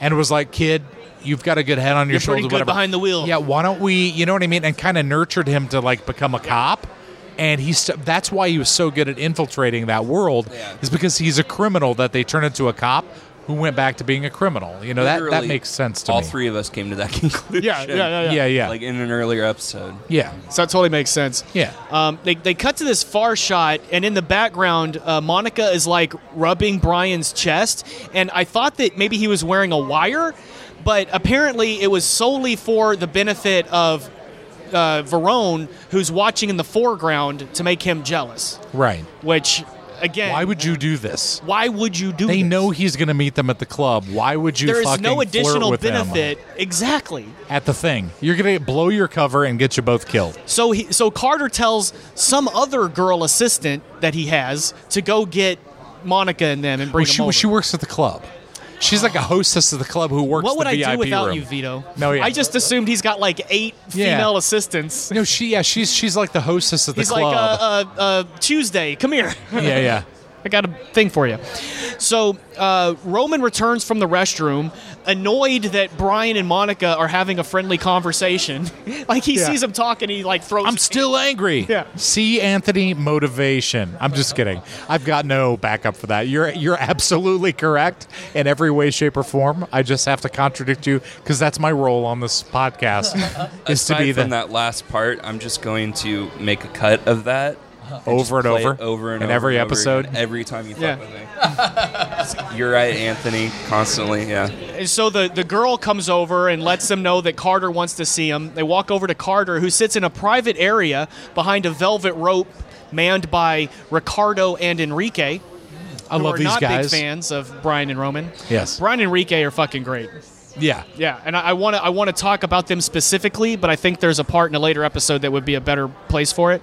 S2: and was like, "Kid, you've got a good head on your
S1: You're
S2: shoulder.
S1: pretty good
S2: whatever.
S1: behind the wheel."
S2: Yeah, why don't we? You know what I mean? And kind of nurtured him to like become a cop. And he's that's why he was so good at infiltrating that world is because he's a criminal that they turned into a cop who went back to being a criminal. You know that that
S5: Literally,
S2: makes sense to
S5: all
S2: me.
S5: three of us came to that conclusion.
S1: Yeah, yeah, yeah,
S2: Yeah, yeah,
S5: Like in an earlier episode.
S2: yeah.
S1: So that totally makes sense.
S2: Yeah.
S1: Um, they, they cut to this far shot, and in the background, uh, Monica is like rubbing Brian's chest. And I thought that maybe he was wearing a wire, but apparently it was solely for the benefit of uh, Verone, who's watching in the foreground to make him jealous.
S2: Right.
S1: Which, again,
S2: Why would you do this?
S1: why would you do
S2: They
S1: this?
S2: know he's going to meet them at the club. Why would you?
S1: there is
S2: fucking
S1: no
S2: flirt
S1: additional
S2: with them
S1: benefit. Exactly.
S2: at the thing. You're going to blow your cover and get you both killed.
S1: So he, so Carter tells some other girl assistant that he has to go get Monica and them and bring
S2: Well,
S1: them
S2: she,
S1: over.
S2: she works at the club. She's like a hostess of the club who works.
S1: what would
S2: the
S1: I
S2: VIP
S1: do without
S2: room.
S1: you, Vito?
S2: No, yeah.
S1: I just assumed he's got like eight
S2: Yeah.
S1: female assistants.
S2: No, she yeah, she's she's like the hostess of the
S1: He's like,
S2: club.
S1: uh, uh, uh, Tuesday, come here.
S2: yeah, yeah.
S1: I got a thing for you. So uh, Roman returns from the restroom, annoyed that Brian and Monica are having a friendly conversation. like he
S2: Yeah.
S1: sees him talking, he like throws.
S2: I'm still angry.
S1: Yeah.
S2: See Anthony motivation. I'm just kidding. I've got no backup for that. You're you're absolutely correct in every way, shape, or form. I just have to contradict you because that's my role on this podcast is to
S5: Aside
S2: be the
S5: from that last part, I'm just going to make a cut of that.
S2: Uh-huh. over and
S5: Play
S2: over,
S5: it over and
S2: in
S5: over
S2: every
S5: and over
S2: episode.
S5: again, every time you fuck
S1: Yeah.
S5: with me. It's- You're right, Anthony. Constantly, yeah.
S1: And so the, the girl comes over and lets them know that Carter wants to see him. They walk over to Carter, who sits in a private area behind a velvet rope manned by Ricardo and Enrique.
S2: I
S1: who
S2: love
S1: are
S2: these
S1: not
S2: guys.
S1: big fans of Brian and Roman.
S2: Yes.
S1: Brian and Enrique are fucking great.
S2: Yeah.
S1: Yeah, and I want to I want to talk about them specifically, but I think there's a part in a later episode that would be a better place for it.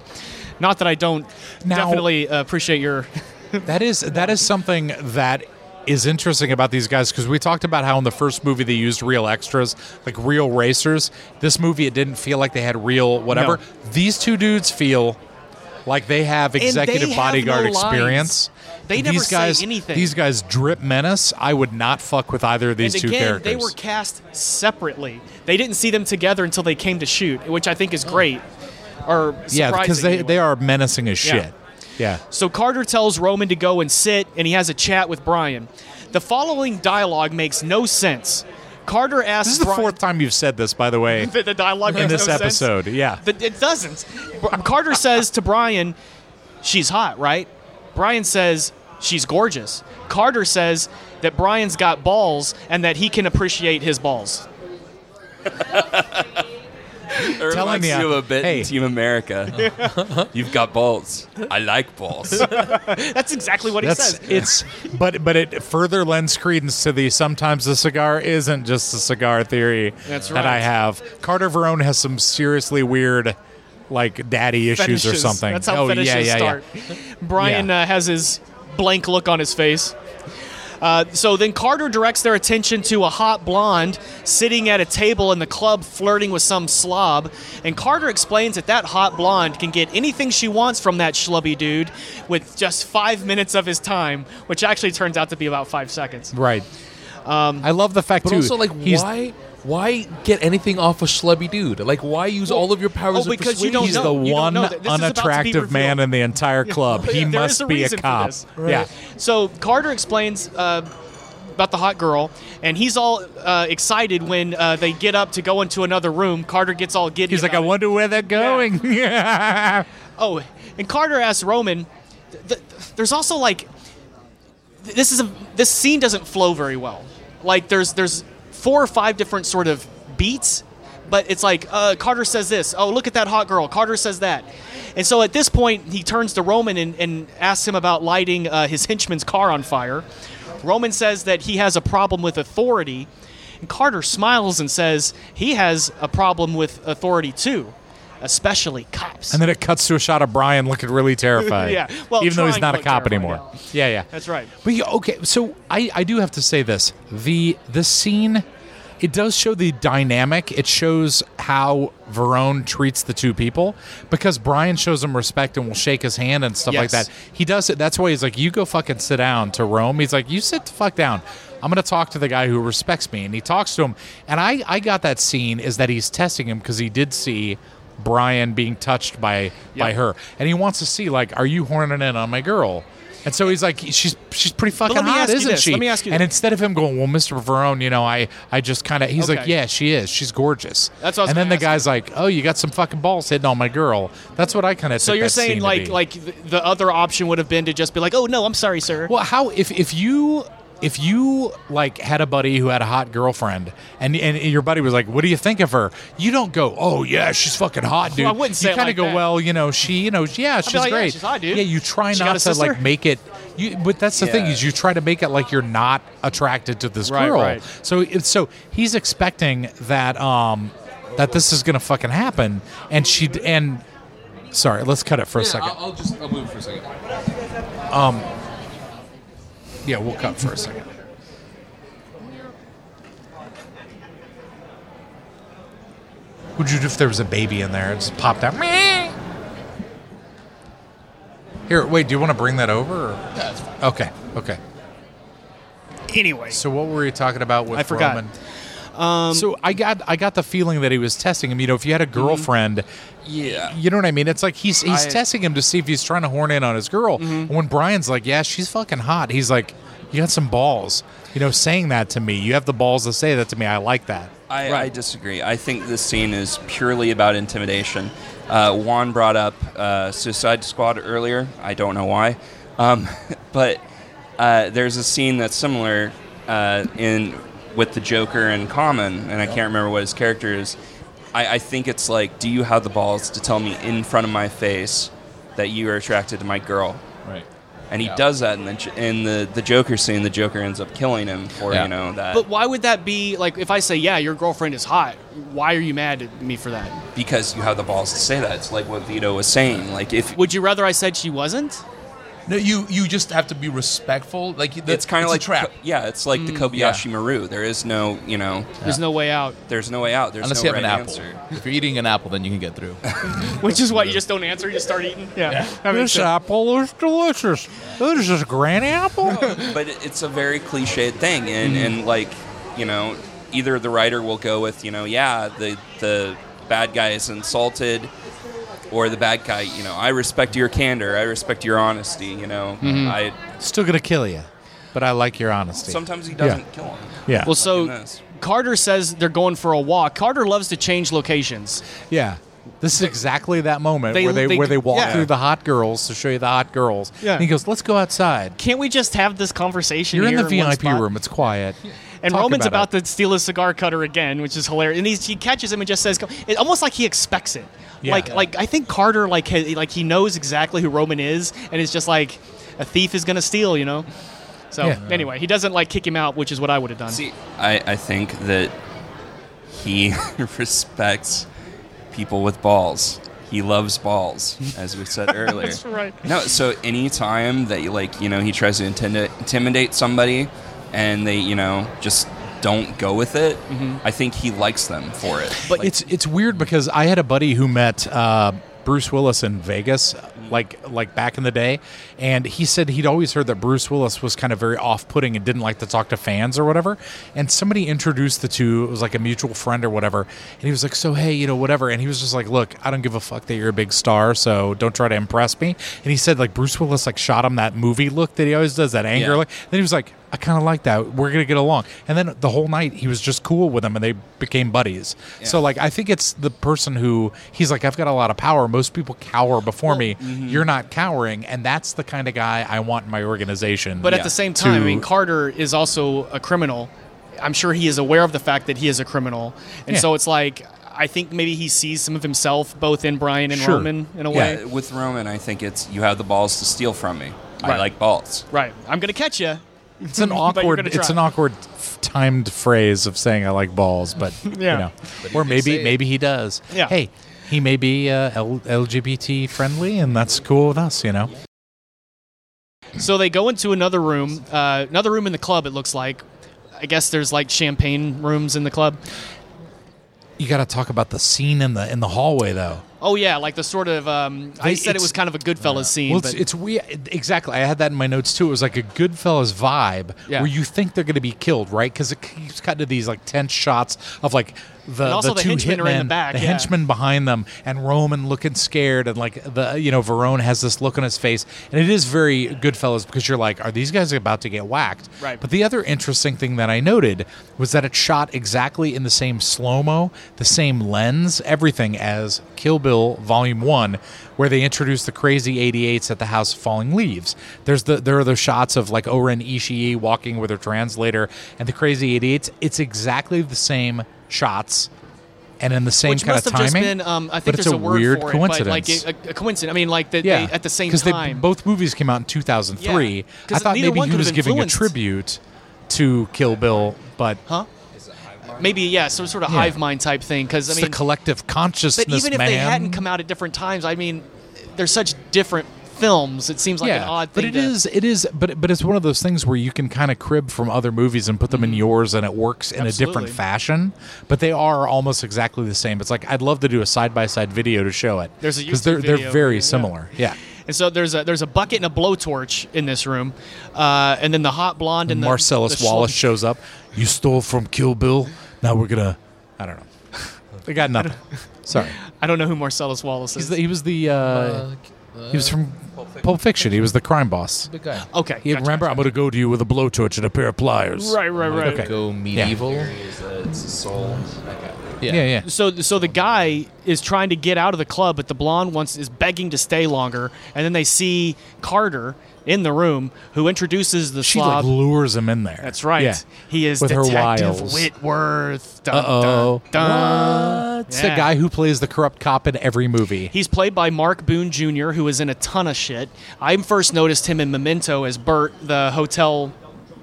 S1: Not that I don't
S2: Now-
S1: definitely uh, appreciate your
S2: That is that is something that is interesting about these guys because we talked about how in the first movie they used real extras, like real racers. This movie it didn't feel like they had real whatever. These two dudes feel like they have executive
S1: they have
S2: bodyguard
S1: no
S2: experience.
S1: lines. They never
S2: these
S1: say
S2: guys,
S1: anything.
S2: These guys drip menace. I would not fuck with either of these
S1: and
S2: two
S1: again,
S2: characters.
S1: they were cast separately. They didn't see them together until they came to shoot, which I think is great. Or
S2: yeah, because
S1: surprising
S2: they,
S1: anyway.
S2: they are menacing as
S1: Yeah.
S2: shit. Yeah.
S1: So Carter tells Roman to go and sit, and he has a chat with Brian. The following dialogue makes no sense. Carter asks
S2: This is the
S1: Brian
S2: fourth time you've said this, by the way,
S1: that the dialogue
S2: in
S1: makes
S2: this
S1: no sense.
S2: episode. Yeah.
S1: Th- It doesn't. Br- Carter says to Brian, "She's hot, right?" Brian says, "She's gorgeous." Carter says that Brian's got balls and that he can appreciate his balls.
S5: It
S2: Telling
S5: reminds
S2: ya,
S5: you of a bit
S2: hey.
S5: in Team America. You've got balls. I like balls.
S1: That's exactly what he
S2: That's
S1: says.
S2: it's, but but it further lends credence to the sometimes the cigar isn't just a cigar theory
S1: That's
S2: that I
S1: right.
S2: have. Carter Verone has some seriously weird, like daddy issues or
S1: fetishes.
S2: something.
S1: That's how
S2: oh
S1: fetishes
S2: yeah, yeah,
S1: start. Brian
S2: Yeah.
S1: uh, has his blank look on his face. Uh, so then Carter directs their attention to a hot blonde sitting at a table in the club flirting with some slob. And Carter explains that that hot blonde can get anything she wants from that schlubby dude with just five minutes of his time, which actually turns out to be about five seconds.
S2: yeah. Right.
S1: Um,
S2: I love the fact
S3: But
S2: too.
S3: also, like,
S2: he's-
S3: why? Why get anything off a schlubby dude? Like, why use all of your powers?
S1: oh,
S3: of
S1: because you
S3: persuasion?
S1: don't
S2: He's
S1: know.
S2: the
S1: you don't
S2: one
S1: know that. This is about to be
S2: unattractive man
S1: revealed.
S2: in the entire club.
S1: There
S2: He
S1: is
S2: must be a
S1: reason for
S2: cop.
S1: this.
S2: Yeah.
S1: So Carter explains uh, about the hot girl, and he's all uh, excited when uh, they get up to go into another room. Carter gets all giddy.
S2: He's like, I
S1: about it.
S2: wonder where they're going. Yeah.
S1: Oh, and Carter asks Roman. Th- th- there's also like, th- this is a this scene doesn't flow very well. Like there's there's four or five different sort of beats, but it's like uh, Carter says this. Oh, look at that hot girl. Carter says that. And so at this point, he turns to Roman and, and asks him about lighting uh, his henchman's car on fire. Roman says that he has a problem with authority. And Carter smiles and says he has a problem with authority too. especially cops.
S2: And then it cuts to a shot of Brian looking really terrified.
S1: Yeah. Well,
S2: even though he's
S1: trying
S2: not
S1: to
S2: a
S1: look
S2: cop
S1: terrified,
S2: anymore. Yeah, yeah.
S1: That's right.
S2: But yeah, okay, so I, I do have to say this. The the scene it does show the dynamic. It shows how Verone treats the two people because Brian shows him respect and will shake his hand and stuff like
S1: Yes.
S2: that. He does it. That's why he's like, "You go fucking sit down." To Rome, he's like, "You sit the fuck down." I'm gonna talk to the guy who respects me, and he talks to him. And I I got that scene is that he's testing him because he did see Brian being touched by by her, and he wants to see like, "Are you horning in on my girl?" And so he's like, "She's she's pretty fucking
S1: let me
S2: hot,
S1: ask you
S2: isn't
S1: this.
S2: she?"
S1: Let me ask you
S2: and
S1: this.
S2: instead of him going, "Well, Mr. Verone, you know, I I just kind of," he's like,
S1: Okay.
S2: "Yeah, she is. She's gorgeous."
S1: That's what I was
S2: And then
S1: gonna
S2: the
S1: ask
S2: guy's like, "Oh, you got some fucking balls hitting on my girl." That's what I kind of.
S1: So you're saying like like th- the other option would have been to just be like, "Oh no, I'm sorry, sir."
S2: Well, how if if you if you like had a buddy who had a hot girlfriend and and your buddy was like, "What do you think of her?" You don't go, "Oh yeah, she's fucking hot, dude."
S1: I wouldn't say
S2: you
S1: it
S2: kind of
S1: like
S2: go,
S1: that.
S2: "Well, you know, she, you know, yeah, she's
S1: like, "Yeah,
S2: great,
S1: she's hot, dude."
S2: Yeah, you try
S1: She got
S2: not
S1: a
S2: to like
S1: sister?
S2: make it. You, but that's the thing
S5: Yeah.
S2: is you try to make it like you're not attracted to this
S1: Right,
S2: girl.
S1: right.
S2: So it's so he's expecting that um that this is gonna fucking happen, and she d- and. Sorry, let's cut it for a second.
S3: I'll just I'll move for a second.
S2: Yeah, we'll cut for a second. Would you do if there was a baby in there? It just popped out. Meh. Here, wait. Do you want to bring that over? Or? Okay. Okay.
S1: Anyway,
S2: So what were you talking about with
S1: I forgot. Um,
S2: Roman? so I got I got the feeling that he was testing him. You know, if you
S1: Mm-hmm.
S2: had a girlfriend,
S5: Yeah.
S2: you know what I mean. It's like he's he's
S5: I-
S2: testing him to see if he's trying to horn in on his girl.
S1: Mm-hmm.
S2: And when Brian's like, "Yeah, she's fucking hot," he's like, "You got some balls." You know, saying that to me, you have the balls to say that to me. I like that.
S5: I, I disagree. I think this scene is purely about intimidation. Uh, Juan brought up uh, Suicide Squad earlier. I don't know why, um, but uh, there's a scene that's similar uh, in with the Joker and Common, and I can't remember what his character is. I, I think it's like, do you have the balls to tell me in front of my face that you are attracted to my girl?
S3: Right.
S5: And he does that, and then in the the Joker scene, the Joker ends up killing him for
S3: Yeah.
S5: you know that.
S1: but why would that be like if I say, "Yeah, your girlfriend is hot." Why are you mad at me for that?
S5: because you have the balls to say that. It's like what Vito was saying. Like if
S1: Would you rather I said she wasn't?
S3: No, you you just have to be respectful. Like the,
S5: it's kind of
S3: a
S5: like
S3: trap.
S5: Ko- yeah, it's like the Kobayashi Maru. There is no, you know,
S1: There's no way out.
S5: there's no way out. There's
S3: Unless
S5: no
S3: you have
S5: right
S3: an apple.
S5: answer.
S3: If you're eating an apple, then you can get through.
S1: Which is why you just don't answer. You just start eating. Yeah. That makes
S2: This
S1: sense.
S2: apple is delicious. This is granny apple.
S5: But it- it's a very cliched thing, and and like you know, either the writer will go with you know, yeah, the the bad guy is insulted. Or the bad guy, you know. I respect your candor. I respect your honesty. You know, I
S2: Still gonna kill you, but I like your honesty.
S5: sometimes he doesn't kill him.
S2: yeah.
S1: Well, so
S5: Goodness.
S1: Carter says they're going for a walk. Carter loves to change locations.
S2: Yeah. This is exactly that moment
S1: They-
S2: where they,
S1: they-
S2: where they walk
S1: yeah.
S2: through the hot girls to show you the hot girls.
S1: Yeah.
S2: And he goes, "Let's go outside.
S1: Can't we just have this conversation?
S2: You're in
S1: here
S2: the
S1: one
S2: VIP
S1: spot?
S2: room. It's quiet."
S1: And
S2: Talk
S1: Roman's about,
S2: about
S1: to steal his cigar cutter again, which is hilarious. And he's, he catches him and just says, it, almost like he expects it.
S2: Yeah.
S1: Like, like I think Carter, like, ha like he knows exactly who Roman is, and it's just like a thief is gonna steal, you know. So
S2: Yeah.
S1: anyway, he doesn't like kick him out, which is what I would have done.
S5: See, I, I think that he respects people with balls. He loves balls, as we said earlier.
S1: That's right.
S5: No, so any time that you like, you know, he tries to intimi- intimidate somebody, and they, you know, just don't go with it.
S1: Mm-hmm.
S5: I think he likes them for it.
S2: But it's it's weird because I had a buddy who met uh, Bruce Willis in Vegas, like like back in the day, and he said he'd always heard that Bruce Willis was kind of very off-putting and didn't like to talk to fans or whatever. And somebody introduced the two; it was like a mutual friend or whatever. And he was like, "So hey, you know, whatever." And he was just like, "Look, I don't give a fuck that you're a big star, so don't try to impress me." And he said like Bruce Willis like shot him that movie look that he always does, that anger
S3: Yeah.
S2: look. Then he was like, I kind of like that. We're gonna get along. And then the whole night he was just cool with them, and they became buddies. So like, I think it's the person who he's like, I've got a lot of power. Most people cower before me. You're not cowering, and that's the kind of guy I want in my organization.
S1: But
S5: Yeah.
S1: at the same time, I mean,
S2: To-
S1: Carter is also a criminal. I'm sure he is aware of the fact that he is a criminal, and
S2: Yeah.
S1: so it's like I think maybe he sees some of himself both in Brian and
S2: Sure.
S1: Roman in a
S5: yeah,
S1: way.
S5: with Roman, I think it's you have the balls to steal from me. I
S1: Right.
S5: like balls.
S1: Right. I'm gonna catch you.
S2: it's an awkward,
S1: gonna
S2: it's
S1: try.
S2: an awkward f- timed phrase of saying I like balls, but
S1: Yeah.
S2: you know, or maybe
S3: say it.
S2: maybe he does.
S1: Yeah.
S2: Hey, he may be uh, L- LGBT friendly, and that's cool with us, you know.
S1: So they go into another room, uh, another room in the club. It looks like. I guess there's like champagne rooms in the club.
S2: You got to talk about the scene in the in the hallway, though.
S1: Oh yeah, like the sort of. Um, I
S2: They-
S1: said it
S2: it's-
S1: was kind of a Goodfellas scene.
S2: Well,
S1: but
S2: it's, it's weird. Exactly. I had that in my notes too. It was like a Goodfellas vibe
S1: Yeah.
S2: where you think they're going to be killed, right? Because it keeps cutting to these like tense shots of like the,
S1: And also
S2: the
S1: the
S2: two
S1: henchmen
S2: hitmen,
S1: are in the back, yeah.
S2: henchmen behind them, and Roman looking scared, and like the you know Verone has this look on his face, and it is very Goodfellas because you're like, are these guys about to get whacked?
S1: Right.
S2: But the other interesting thing that I noted was that it shot exactly in the same slow mo, the same lens, everything as Kill Bill Volume One, where they introduced the crazy 88s at the House of Falling Leaves. There's the there are the shots of like Oren Ishii walking with her translator and the crazy 88s. It's exactly the same shots. And in the same
S1: which
S2: kind
S1: must
S2: of
S1: have
S2: timing,
S1: just been. Um, I
S2: but
S1: think
S2: it's
S1: there's a,
S2: a
S1: word
S2: weird
S1: for
S2: coincidence.
S1: it, but like a, a coincidence. I mean, like that they, at the same
S2: because they
S1: time.
S2: both movies came out in 2003.
S1: Yeah.
S2: I
S1: 'Cause
S2: thought
S1: neither
S2: maybe
S1: one
S2: he
S1: could
S2: was
S1: have
S2: giving a
S1: influenced.
S2: tribute to Kill Bill, but
S1: huh? Maybe yeah, some sort of
S2: Yeah.
S1: hive mind type thing. Because I
S2: it's
S1: mean,
S2: the collective consciousness.
S1: but even if
S2: man.
S1: they hadn't come out at different times, I mean, they're such different films. It seems like an odd thing.
S2: But it
S1: to-
S2: is, it is, but but it's one of those things where you can kind of crib from other movies and put them in yours, and it works in a different
S1: Mm-hmm. Absolutely.
S2: fashion. But they are almost exactly the same. It's like I'd love to do a side by side video to show it
S1: There's a YouTube
S2: they're they're
S1: video,
S2: very
S1: yeah.
S2: similar. Yeah,
S1: And so there's a there's a bucket and a blowtorch in this room, uh, and then the hot blonde and the,
S2: Marcellus
S1: the schlub-
S2: Wallace shows up. You stole from Kill Bill. Now we're gonna. I don't know. they got nothing. Sorry.
S1: I don't know who Marcellus Wallace is.
S2: He's the, he was the uh, he was from Pulp Fiction. He was the crime boss.
S3: the guy.
S1: okay,
S2: He,
S1: gotcha.
S2: remember, I'm going to go to you with a blowtorch and a pair of pliers.
S1: Right, right, right.
S2: Okay.
S3: Go medieval.
S5: It's
S1: uh,
S5: a soul.
S2: Yeah, yeah.
S1: So, so the guy is trying to get out of the club, but the blonde wants is begging to stay longer. And then they see Carter in the room, who introduces the
S2: She
S1: slob.
S2: like lures him in there.
S1: That's right.
S2: Yeah.
S1: He is
S2: With her
S1: Detective
S2: wiles.
S1: Whitworth. Dun,
S2: Uh-oh.
S1: dun, dun.
S2: It's
S1: Yeah.
S2: the guy who plays the corrupt cop in every movie.
S1: He's played by Mark Boone Jr., who is in a ton of shit. I first noticed him in Memento as Bert, the hotel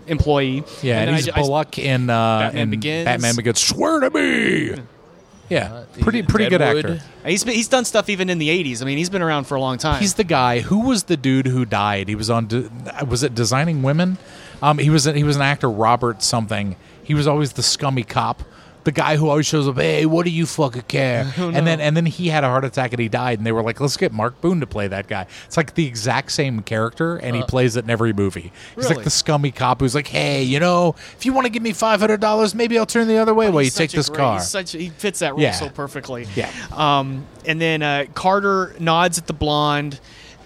S1: employee.
S2: yeah, and,
S1: then I
S2: he's
S1: ju- I s-
S2: Bullock in, uh,
S1: Batman
S2: in
S1: Begins.
S2: Batman Begins. Swear to me. Yeah, pretty pretty good
S3: Deadwood.
S2: actor.
S1: he's been- he's done stuff even in the '80s. I mean, he's been around for a long time.
S2: He's the guy who was the dude who died. He was on. De- was it Designing Women? Um, he was. He was an actor, Robert something. He was always the scummy cop, the guy who always shows up. Hey, what do you fucking care?
S1: Oh,
S2: And then and then he had a heart attack and he died. And they were like, let's get Mark Boone to play that guy. It's like the exact same character, and he plays it in every movie. He's like
S1: Uh. Really?
S2: the scummy cop who's like, hey, you know, if you want to give me five hundred dollars, maybe I'll turn the other way while you
S1: He's
S2: take
S1: such a
S2: this
S1: great-
S2: car.
S1: he's such- he fits that role
S2: Yeah.
S1: so perfectly.
S2: Yeah.
S1: Um, and then uh, Carter nods at the blonde.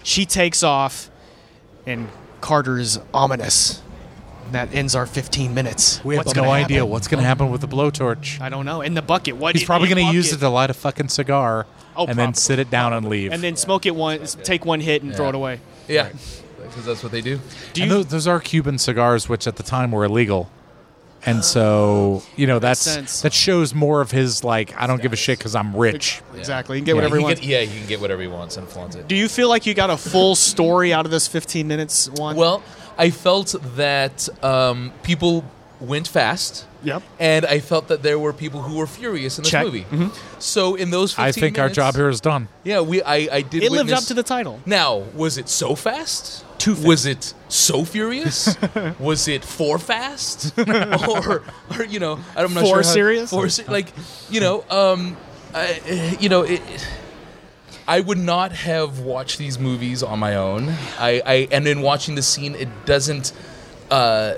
S1: She takes off, and Carter's ominous. And that ends our 15 minutes.
S2: we have
S1: What's
S2: no
S1: gonna
S2: idea
S1: happen?
S2: what's going to happen with the blowtorch.
S1: I don't know. In the bucket. What?
S2: He's
S1: in
S2: probably
S1: the
S2: going to use it
S1: bucket?
S2: to light a fucking cigar
S1: Oh,
S2: and then
S1: probably.
S2: sit it down and leave.
S1: and then smoke it one, take one hit, and throw it away.
S3: Yeah, because that's what they do.
S1: Do
S2: And
S1: you?
S2: those, those are Cuban cigars, which at the time were illegal. And so, you know, that's
S1: sense.
S2: that shows more of his like, I don't give a shit because I'm rich.
S1: Exactly. You can get whatever you
S3: He
S1: want.
S3: can- yeah, he can get whatever he wants and flaunt it.
S1: Do you feel like you got a full story out of this 15 minutes one?
S3: Well, I felt that um, people went fast.
S1: Yep.
S3: And I felt that there were people who were furious in this
S1: Check. Mm-hmm.
S3: movie. So in those, 15
S2: I think our
S3: minutes-
S2: job here is done.
S3: Yeah, we. I. I did.
S1: it lived up
S3: witness-
S1: to the title.
S3: Now, was it so fast?
S1: Too fast.
S3: Was it so furious? was it for fast? or, or you know, I'm not
S1: For
S3: sure. how-
S1: serious?
S3: For se- like, you know, um, I, eh, you know, it, I would not have watched these movies on my own. I, I and in watching the scene, it doesn't. Uh,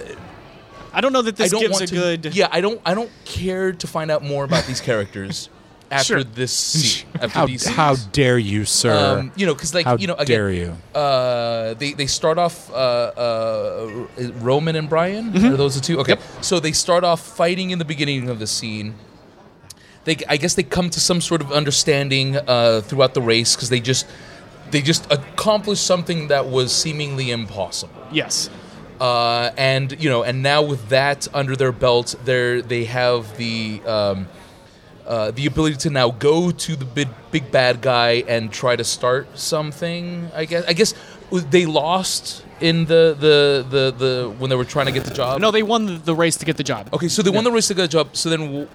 S1: I don't know that
S3: I
S1: this
S3: don't
S1: gives
S3: want
S1: a
S3: to,
S1: good.
S3: Yeah, I don't. I don't care to find out more about these characters after this scene. After
S2: How,
S3: these
S2: how
S3: scenes.
S2: dare you, sir?
S3: Um, you know, because like
S2: how
S3: you know, again,
S2: dare you?
S3: uh, they they start off uh, uh, Roman and Brian. Are those the two? Okay. So they start off fighting in the beginning of the scene. They, I guess, they come to some sort of understanding uh, throughout the race because they just they just accomplished something that was seemingly impossible
S1: Yes.
S3: uh, and you know, and now with that under their belt, they they have the um, uh, the ability to now go to the big big bad guy and try to start something. I guess I guess they lost in the the the, the when they were trying to get the job.
S1: No, they won the- the race to get the job.
S3: Okay, so they won the race to get a job. So then, w-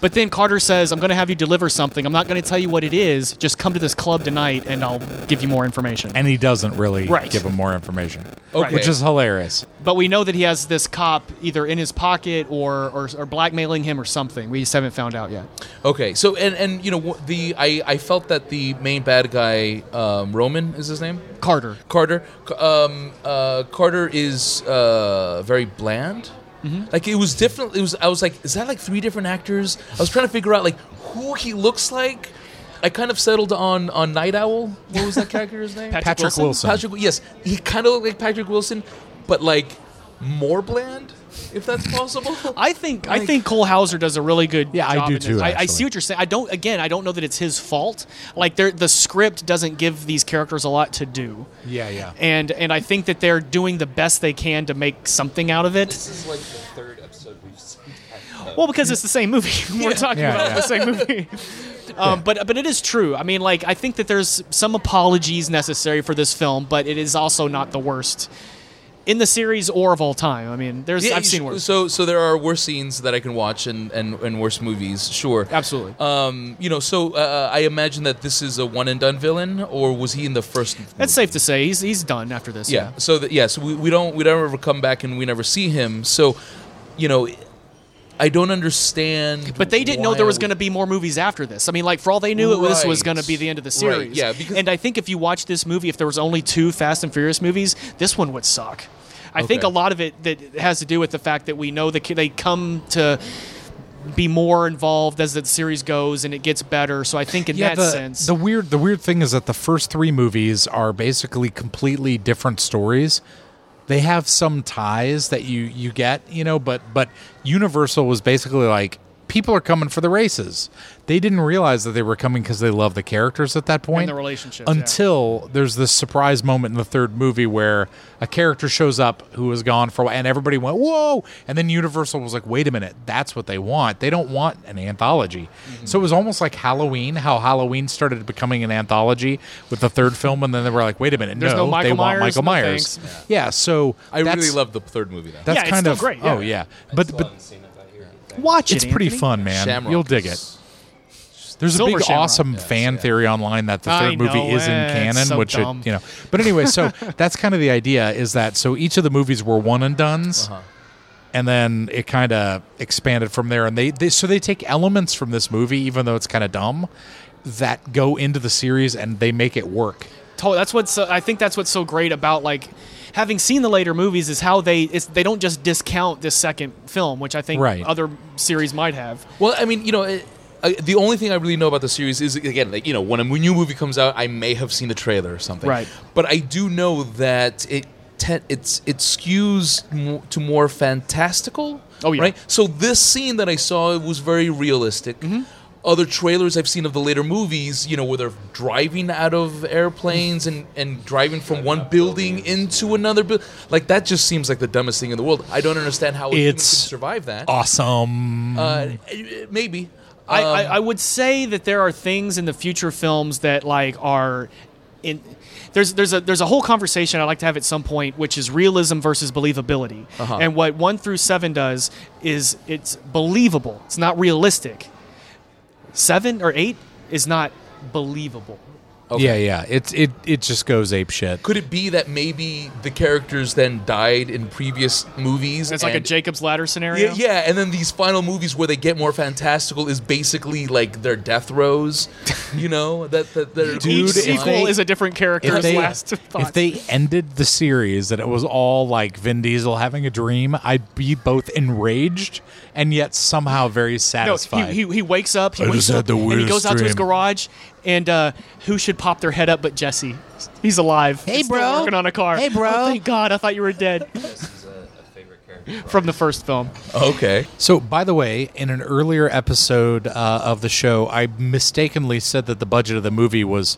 S1: But then Carter says, I'm going to have you deliver something. I'm not going to tell you what it is. Just come to this club tonight and I'll give you more information.
S2: and he doesn't really
S1: Right.
S2: give him more information,
S1: Okay.
S2: which is hilarious.
S1: but we know that he has this cop either in his pocket or, or, or blackmailing him or something. We just haven't found out yet.
S3: Okay, so and and you know wh- the I I felt that the main bad guy um, Roman is his name
S1: Carter.
S3: Carter C- um, uh, Carter is uh, very bland.
S1: Mm-hmm.
S3: Like it was different. It was I was like, is that like three different actors? I was trying to figure out like who he looks like. I kind of settled on on Night Owl. What was that character's name?
S1: Patrick
S2: Patrick
S1: Wilson?
S2: Wilson.
S3: Patrick, yes, he kind of looked like Patrick Wilson, but like more bland, if that's possible.
S1: I think I think Cole Hauser does a really good.
S2: Yeah, I
S1: job
S2: do
S1: in this.
S2: too,
S1: I, I
S2: actually.
S1: see what you're saying. I don't. Again, I don't know that it's his fault. Like they're- the script doesn't give these characters a lot to do,
S2: Yeah, yeah.
S1: and and I think that they're doing the best they can to make something out of it.
S5: This is like the third episode we've seen.
S1: Well, because it's the same movie. We're talking
S2: Yeah,
S1: about
S2: yeah.
S1: the same movie. Um, But but it is true. I mean, like I think that there's some apologies necessary for this film, but it is also not the worst in the series or of all time. I mean, there's
S3: Yeah,
S1: I've
S3: you
S1: seen
S3: sh-
S1: worse.
S3: So so there are worse scenes that I can watch and and, and worse movies. Sure,
S1: Absolutely.
S3: Um, you know, so uh, I imagine that this is a one and done villain, or was he in the first?
S1: That's safe to say he's he's done after this.
S3: yeah. So that yeah, so we, we don't we don't ever come back and we never see him. So, you know, I don't understand.
S1: But they didn't know there was going
S3: to.
S1: to be more movies after this. I mean, like for all they knew, it was was
S3: Right.
S1: going to be the end of the
S3: Right,
S1: series.
S3: yeah, because-
S1: and I think if you watch this movie, if there was only two Fast and Furious movies, this one would suck. I think a
S3: Okay.
S1: lot of it that has to do with the fact that we know that they come to be more involved as the series goes and it gets better. So I think in that
S2: the,
S1: sense,
S2: The weird the weird thing is that the first three movies are basically completely different stories. They have some ties that you you get, you know, but but Universal was basically like people are coming for the races. They didn't realize that they were coming because they love the characters at that point.
S1: the relationships, yeah.
S2: Until there's this surprise moment in the third movie where a character shows up who was gone for a while and everybody went, Whoa! And then Universal was like, wait a minute, that's what they want. They don't want an anthology.
S1: Mm-hmm.
S2: So it was almost like Halloween, how Halloween started becoming an anthology with the third film, and then they were like, wait a minute,
S1: There's no Michael
S2: they want
S1: Myers,
S2: Michael
S1: no
S2: Myers.
S1: thanks.
S2: yeah. so
S3: I really
S2: that's-
S3: love the third movie though.
S2: that's
S1: Yeah, it's
S2: kind
S1: still
S2: of
S1: great,
S2: Oh
S1: yeah.
S2: yeah. But but
S5: Still haven't seen it, but here.
S1: watch it.
S2: it's pretty
S1: Anthony.
S2: fun, man.
S3: Shamrock
S2: You'll dig
S3: is-
S2: it. There's a
S1: Silver
S2: big
S1: Shamrock.
S2: awesome fan theory online that the
S1: I
S2: third movie
S1: know,
S2: is in
S1: eh, it's
S2: canon,
S1: so
S2: which it,
S1: dumb.
S2: you know. But anyway, so that's kind of the idea is that so each of the movies were one and done's.
S3: Uh-huh.
S2: And then it kind of expanded from there, and they, they so they take elements from this movie, even though it's kind of dumb, that go into the series, and they make it work.
S1: to- that's what's uh, I think that's what's so great about like having seen the later movies is how they it's, they don't just discount this second film, which I think
S2: Right.
S1: other series might have.
S3: Well, I mean, you know, it, I, the only thing I really know about the series is again, like you know, when a new movie comes out, I may have seen the trailer or something.
S1: Right.
S3: But I do know that it te- it's it skews mo- to more fantastical.
S1: Oh, yeah.
S3: Right. So this scene that I saw was very realistic.
S1: Mm-hmm.
S3: Other trailers I've seen of the later movies, you know, where they're driving out of airplanes and, and driving from one building into another building, like that just seems like the dumbest thing in the world. I don't understand how a human
S2: It's
S3: could survive that.
S2: Awesome.
S3: Uh, maybe.
S1: Mm. I, I,
S3: Um,
S1: I would say that there are things in the future films that like are in there's there's a there's a whole conversation I'd like to have at some point, which is realism versus believability.
S2: Uh-huh.
S1: And what one through seven does is it's believable. It's not realistic. Seven or eight is not believable.
S2: Yeah, yeah. It's it it just goes ape shit.
S3: Could it be that maybe the characters then died in previous movies?
S1: It's like a
S3: and-
S1: Jacob's Ladder scenario.
S3: Yeah, yeah, and then these final movies where they get more fantastical is basically like their death rows, you know? That that they're
S2: Dude,
S1: Each
S2: if
S1: sequel
S2: they-
S1: is a different character's
S2: if they,
S1: last thoughts.
S2: if they ended the series and it was all like Vin Diesel having a dream, I'd be both enraged and yet somehow very
S1: no,
S2: satisfied.
S1: he, he, he wakes up. He
S2: I
S1: wakes
S2: just had
S1: up,
S2: the
S1: and he
S2: weirdest
S1: goes out to his
S2: dream.
S1: garage, and uh, who should pop their head up but Jesse? He's alive.
S2: Hey,
S1: He's still
S2: bro.
S1: working on a car.
S2: Hey, bro.
S1: Oh, thank God, I thought you were dead
S5: This is a, a favorite character.
S1: from the first film.
S3: Okay.
S2: so, by the way, in an earlier episode uh, of the show, I mistakenly said that the budget of the movie was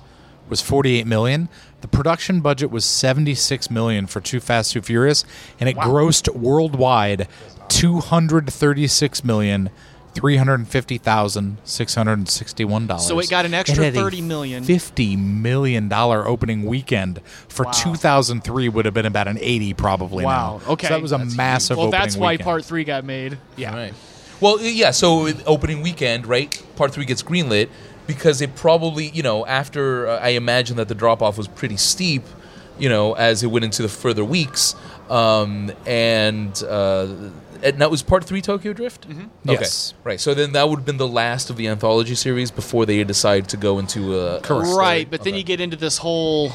S2: was 48 million. The production budget was 76 million for Too Fast Too Furious, and it grossed worldwide 236 million. Three hundred fifty thousand six hundred sixty-one dollars.
S1: So it got an extra
S2: had a
S1: $30 million.
S2: fifty million dollar opening weekend for
S1: Wow.
S2: 2003 would have been about an 80 probably.
S1: Wow.
S2: now.
S1: Okay.
S2: So that was a massive.
S1: Well,
S2: opening
S1: that's why
S2: weekend.
S1: part three got made.
S3: Yeah. Right. Well, yeah. So opening weekend, right? Part three gets greenlit because it probably, you know, after uh, I imagine that the drop off was pretty steep, you know, as it went into the further weeks, um, and. Uh, and that was part three Tokyo Drift? Mm-hmm. Okay.
S2: Yes.
S3: Right. So then that would have been the last of the anthology series before they decide to go into a. Correct.
S1: Right, but then you get into this whole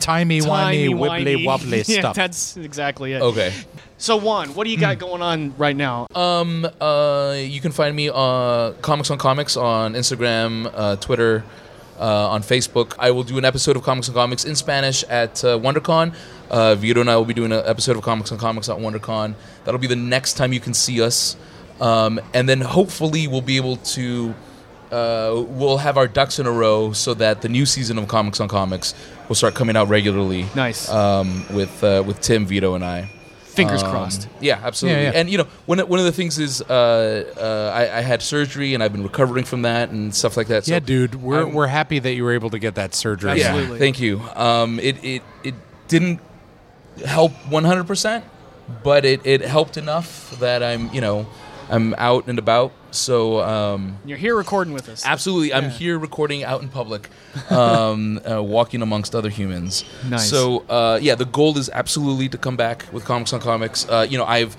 S2: Timey wimey,
S1: timey-wimey-
S2: wibbly wobbly
S1: yeah,
S2: stuff. Hmm.
S1: That's exactly it.
S3: Okay.
S1: So Juan, what do you got going on right now?
S3: Um, uh, you can find me uh, Comics on Comics on Instagram, uh, Twitter, uh, on Facebook. I will do an episode of Comics on Comics in Spanish at uh, WonderCon. Uh, Vito and I will be doing an episode of Comics on Comics at WonderCon. That'll be the next time you can see us. Um, and then hopefully we'll be able to. Uh, we'll have our ducks in a row so that the new season of Comics on Comics will start coming out regularly.
S1: Nice.
S3: Um, with uh, with Tim, Vito, and I.
S1: Fingers
S3: Um,
S1: crossed.
S3: Yeah, absolutely.
S2: Yeah, yeah.
S3: And you know, one one of the things is uh, uh, I, I had surgery and I've been recovering from that and stuff like that. So
S2: yeah, dude, we're,
S3: I'm-
S2: we're happy that you were able to get that surgery.
S3: Yeah,
S1: Absolutely.
S3: thank you. Um, it it it didn't help 100, percent but it it helped enough that I'm you know I'm out and about. So um,
S1: You're here recording with us.
S3: Absolutely. I'm here recording out in public, um, uh, walking amongst other humans.
S1: Nice.
S3: So, uh, yeah, the goal is absolutely to come back with Comics on Comics. Uh, you know, I've.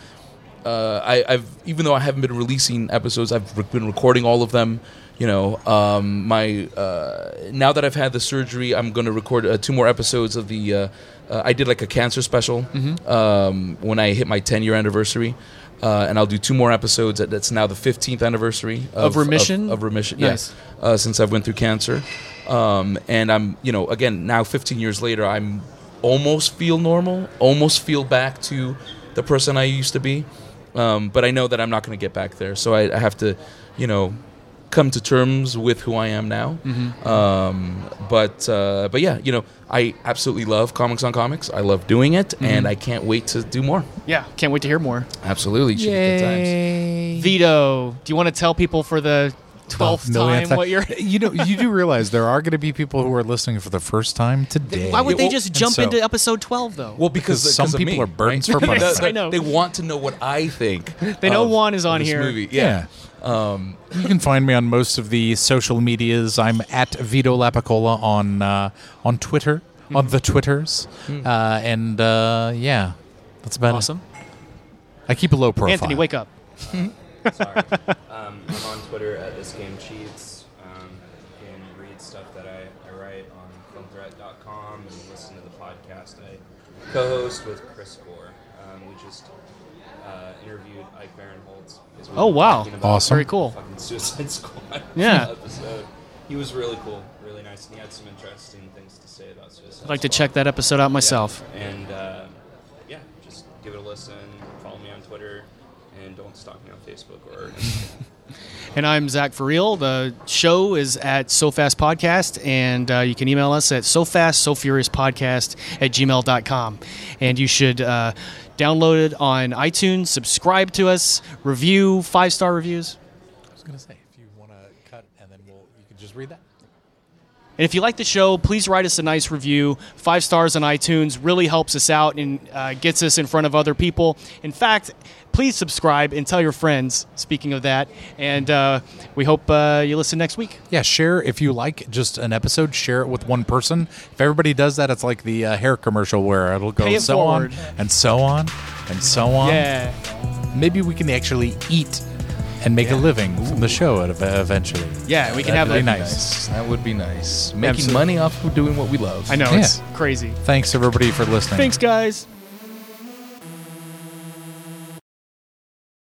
S3: Uh, I, I've even though I haven't been releasing episodes, I've re- been recording all of them. You know, um, my uh, now that I've had the surgery, I'm going to record uh, two more episodes of the. Uh, uh, I did like a cancer special
S1: Mm-hmm.
S3: um, when I hit my 10 year anniversary, uh, and I'll do two more episodes. That- That's now the 15th anniversary
S1: Of remission?
S3: of remission.
S1: Nice.
S3: Yes, uh, since I've went through cancer, um, and I'm you know again now 15 years later I'm almost feel normal, almost feel back to the person I used to be, um, but I know that I'm not going to get back there, so I, I have to you know come to terms with who I am now. Um, but uh, but yeah, you know I absolutely love comics on comics. I love doing it, and I can't wait to do more.
S1: yeah, can't wait to hear more.
S3: Absolutely, it should be good times.
S1: Vito, do you want to tell people for the
S2: Oh,
S1: twelfth time
S2: millionth
S1: what you're?
S2: you know, you do realize there are going to be people who are listening for the first time today.
S1: Why would they
S3: well,
S1: just
S2: and
S1: jump
S2: so-
S1: into episode twelve though?
S3: Well, because,
S2: Because some
S3: because of
S2: people
S3: me,
S2: are burdens
S3: right?
S2: for punishment.
S1: Yes, I know.
S3: They want to know what I think.
S1: They know
S3: of-
S1: Juan is
S3: of
S1: on
S3: this
S1: here.
S3: Movie. Yeah.
S2: Yeah. Um, you can find me on most of the social medias. I'm at Vito Lapicola on uh, on Twitter,
S1: Hmm.
S2: on the Twitters, uh, and uh, yeah, that's about it.
S1: awesome.
S2: I keep a low profile.
S1: Anthony, wake up.
S5: Sorry. um, I'm on Twitter at this game cheats. Um, you can read stuff that I, I write on filmthreat.com and listen to the podcast I co-host with Chris Gore. Um, we just uh, interviewed Ike Barinholtz. as we
S1: Oh,
S5: were
S1: wow.
S5: talking about
S2: Awesome.
S1: Very cool.
S5: Fucking Suicide Squad.
S1: Yeah.
S5: Episode. He was really cool, really nice, and he had some interesting things to say about Suicide.
S1: I'd like to
S5: Squad.
S1: check that episode out myself.
S5: And uh, yeah, just give it a listen. Follow me on Twitter, and don't stalk me on Facebook or.
S1: And I'm Zach for real. The show is at So Fast Podcast, and uh, you can email us at so fast, so furious podcast at gmail.com. And you should uh, download it on iTunes, subscribe to us, review five star reviews.
S2: I was gonna say if you want to cut, and then we'll you can just read that.
S1: And if you like the show, please write us a nice review. Five stars on iTunes really helps us out and uh, gets us in front of other people. In fact, please subscribe and tell your friends. Speaking of that, and uh, we hope uh, you listen next week.
S2: Yeah, share if you like just an episode. Share it with one person. If everybody does that, it's like the uh, hair commercial where it'll go
S1: Pay it
S2: so
S1: forward.
S2: on and so on and so on.
S1: Yeah.
S2: Maybe we can actually eat and make a living from the show ev- eventually.
S1: Yeah, we can have
S2: That'd
S1: that.
S2: be
S3: Nice. That would be nice. Making
S1: Absolutely.
S3: money off of doing what we love.
S1: I know,
S2: Yeah.
S1: it's crazy.
S2: Thanks everybody for listening.
S1: Thanks, guys.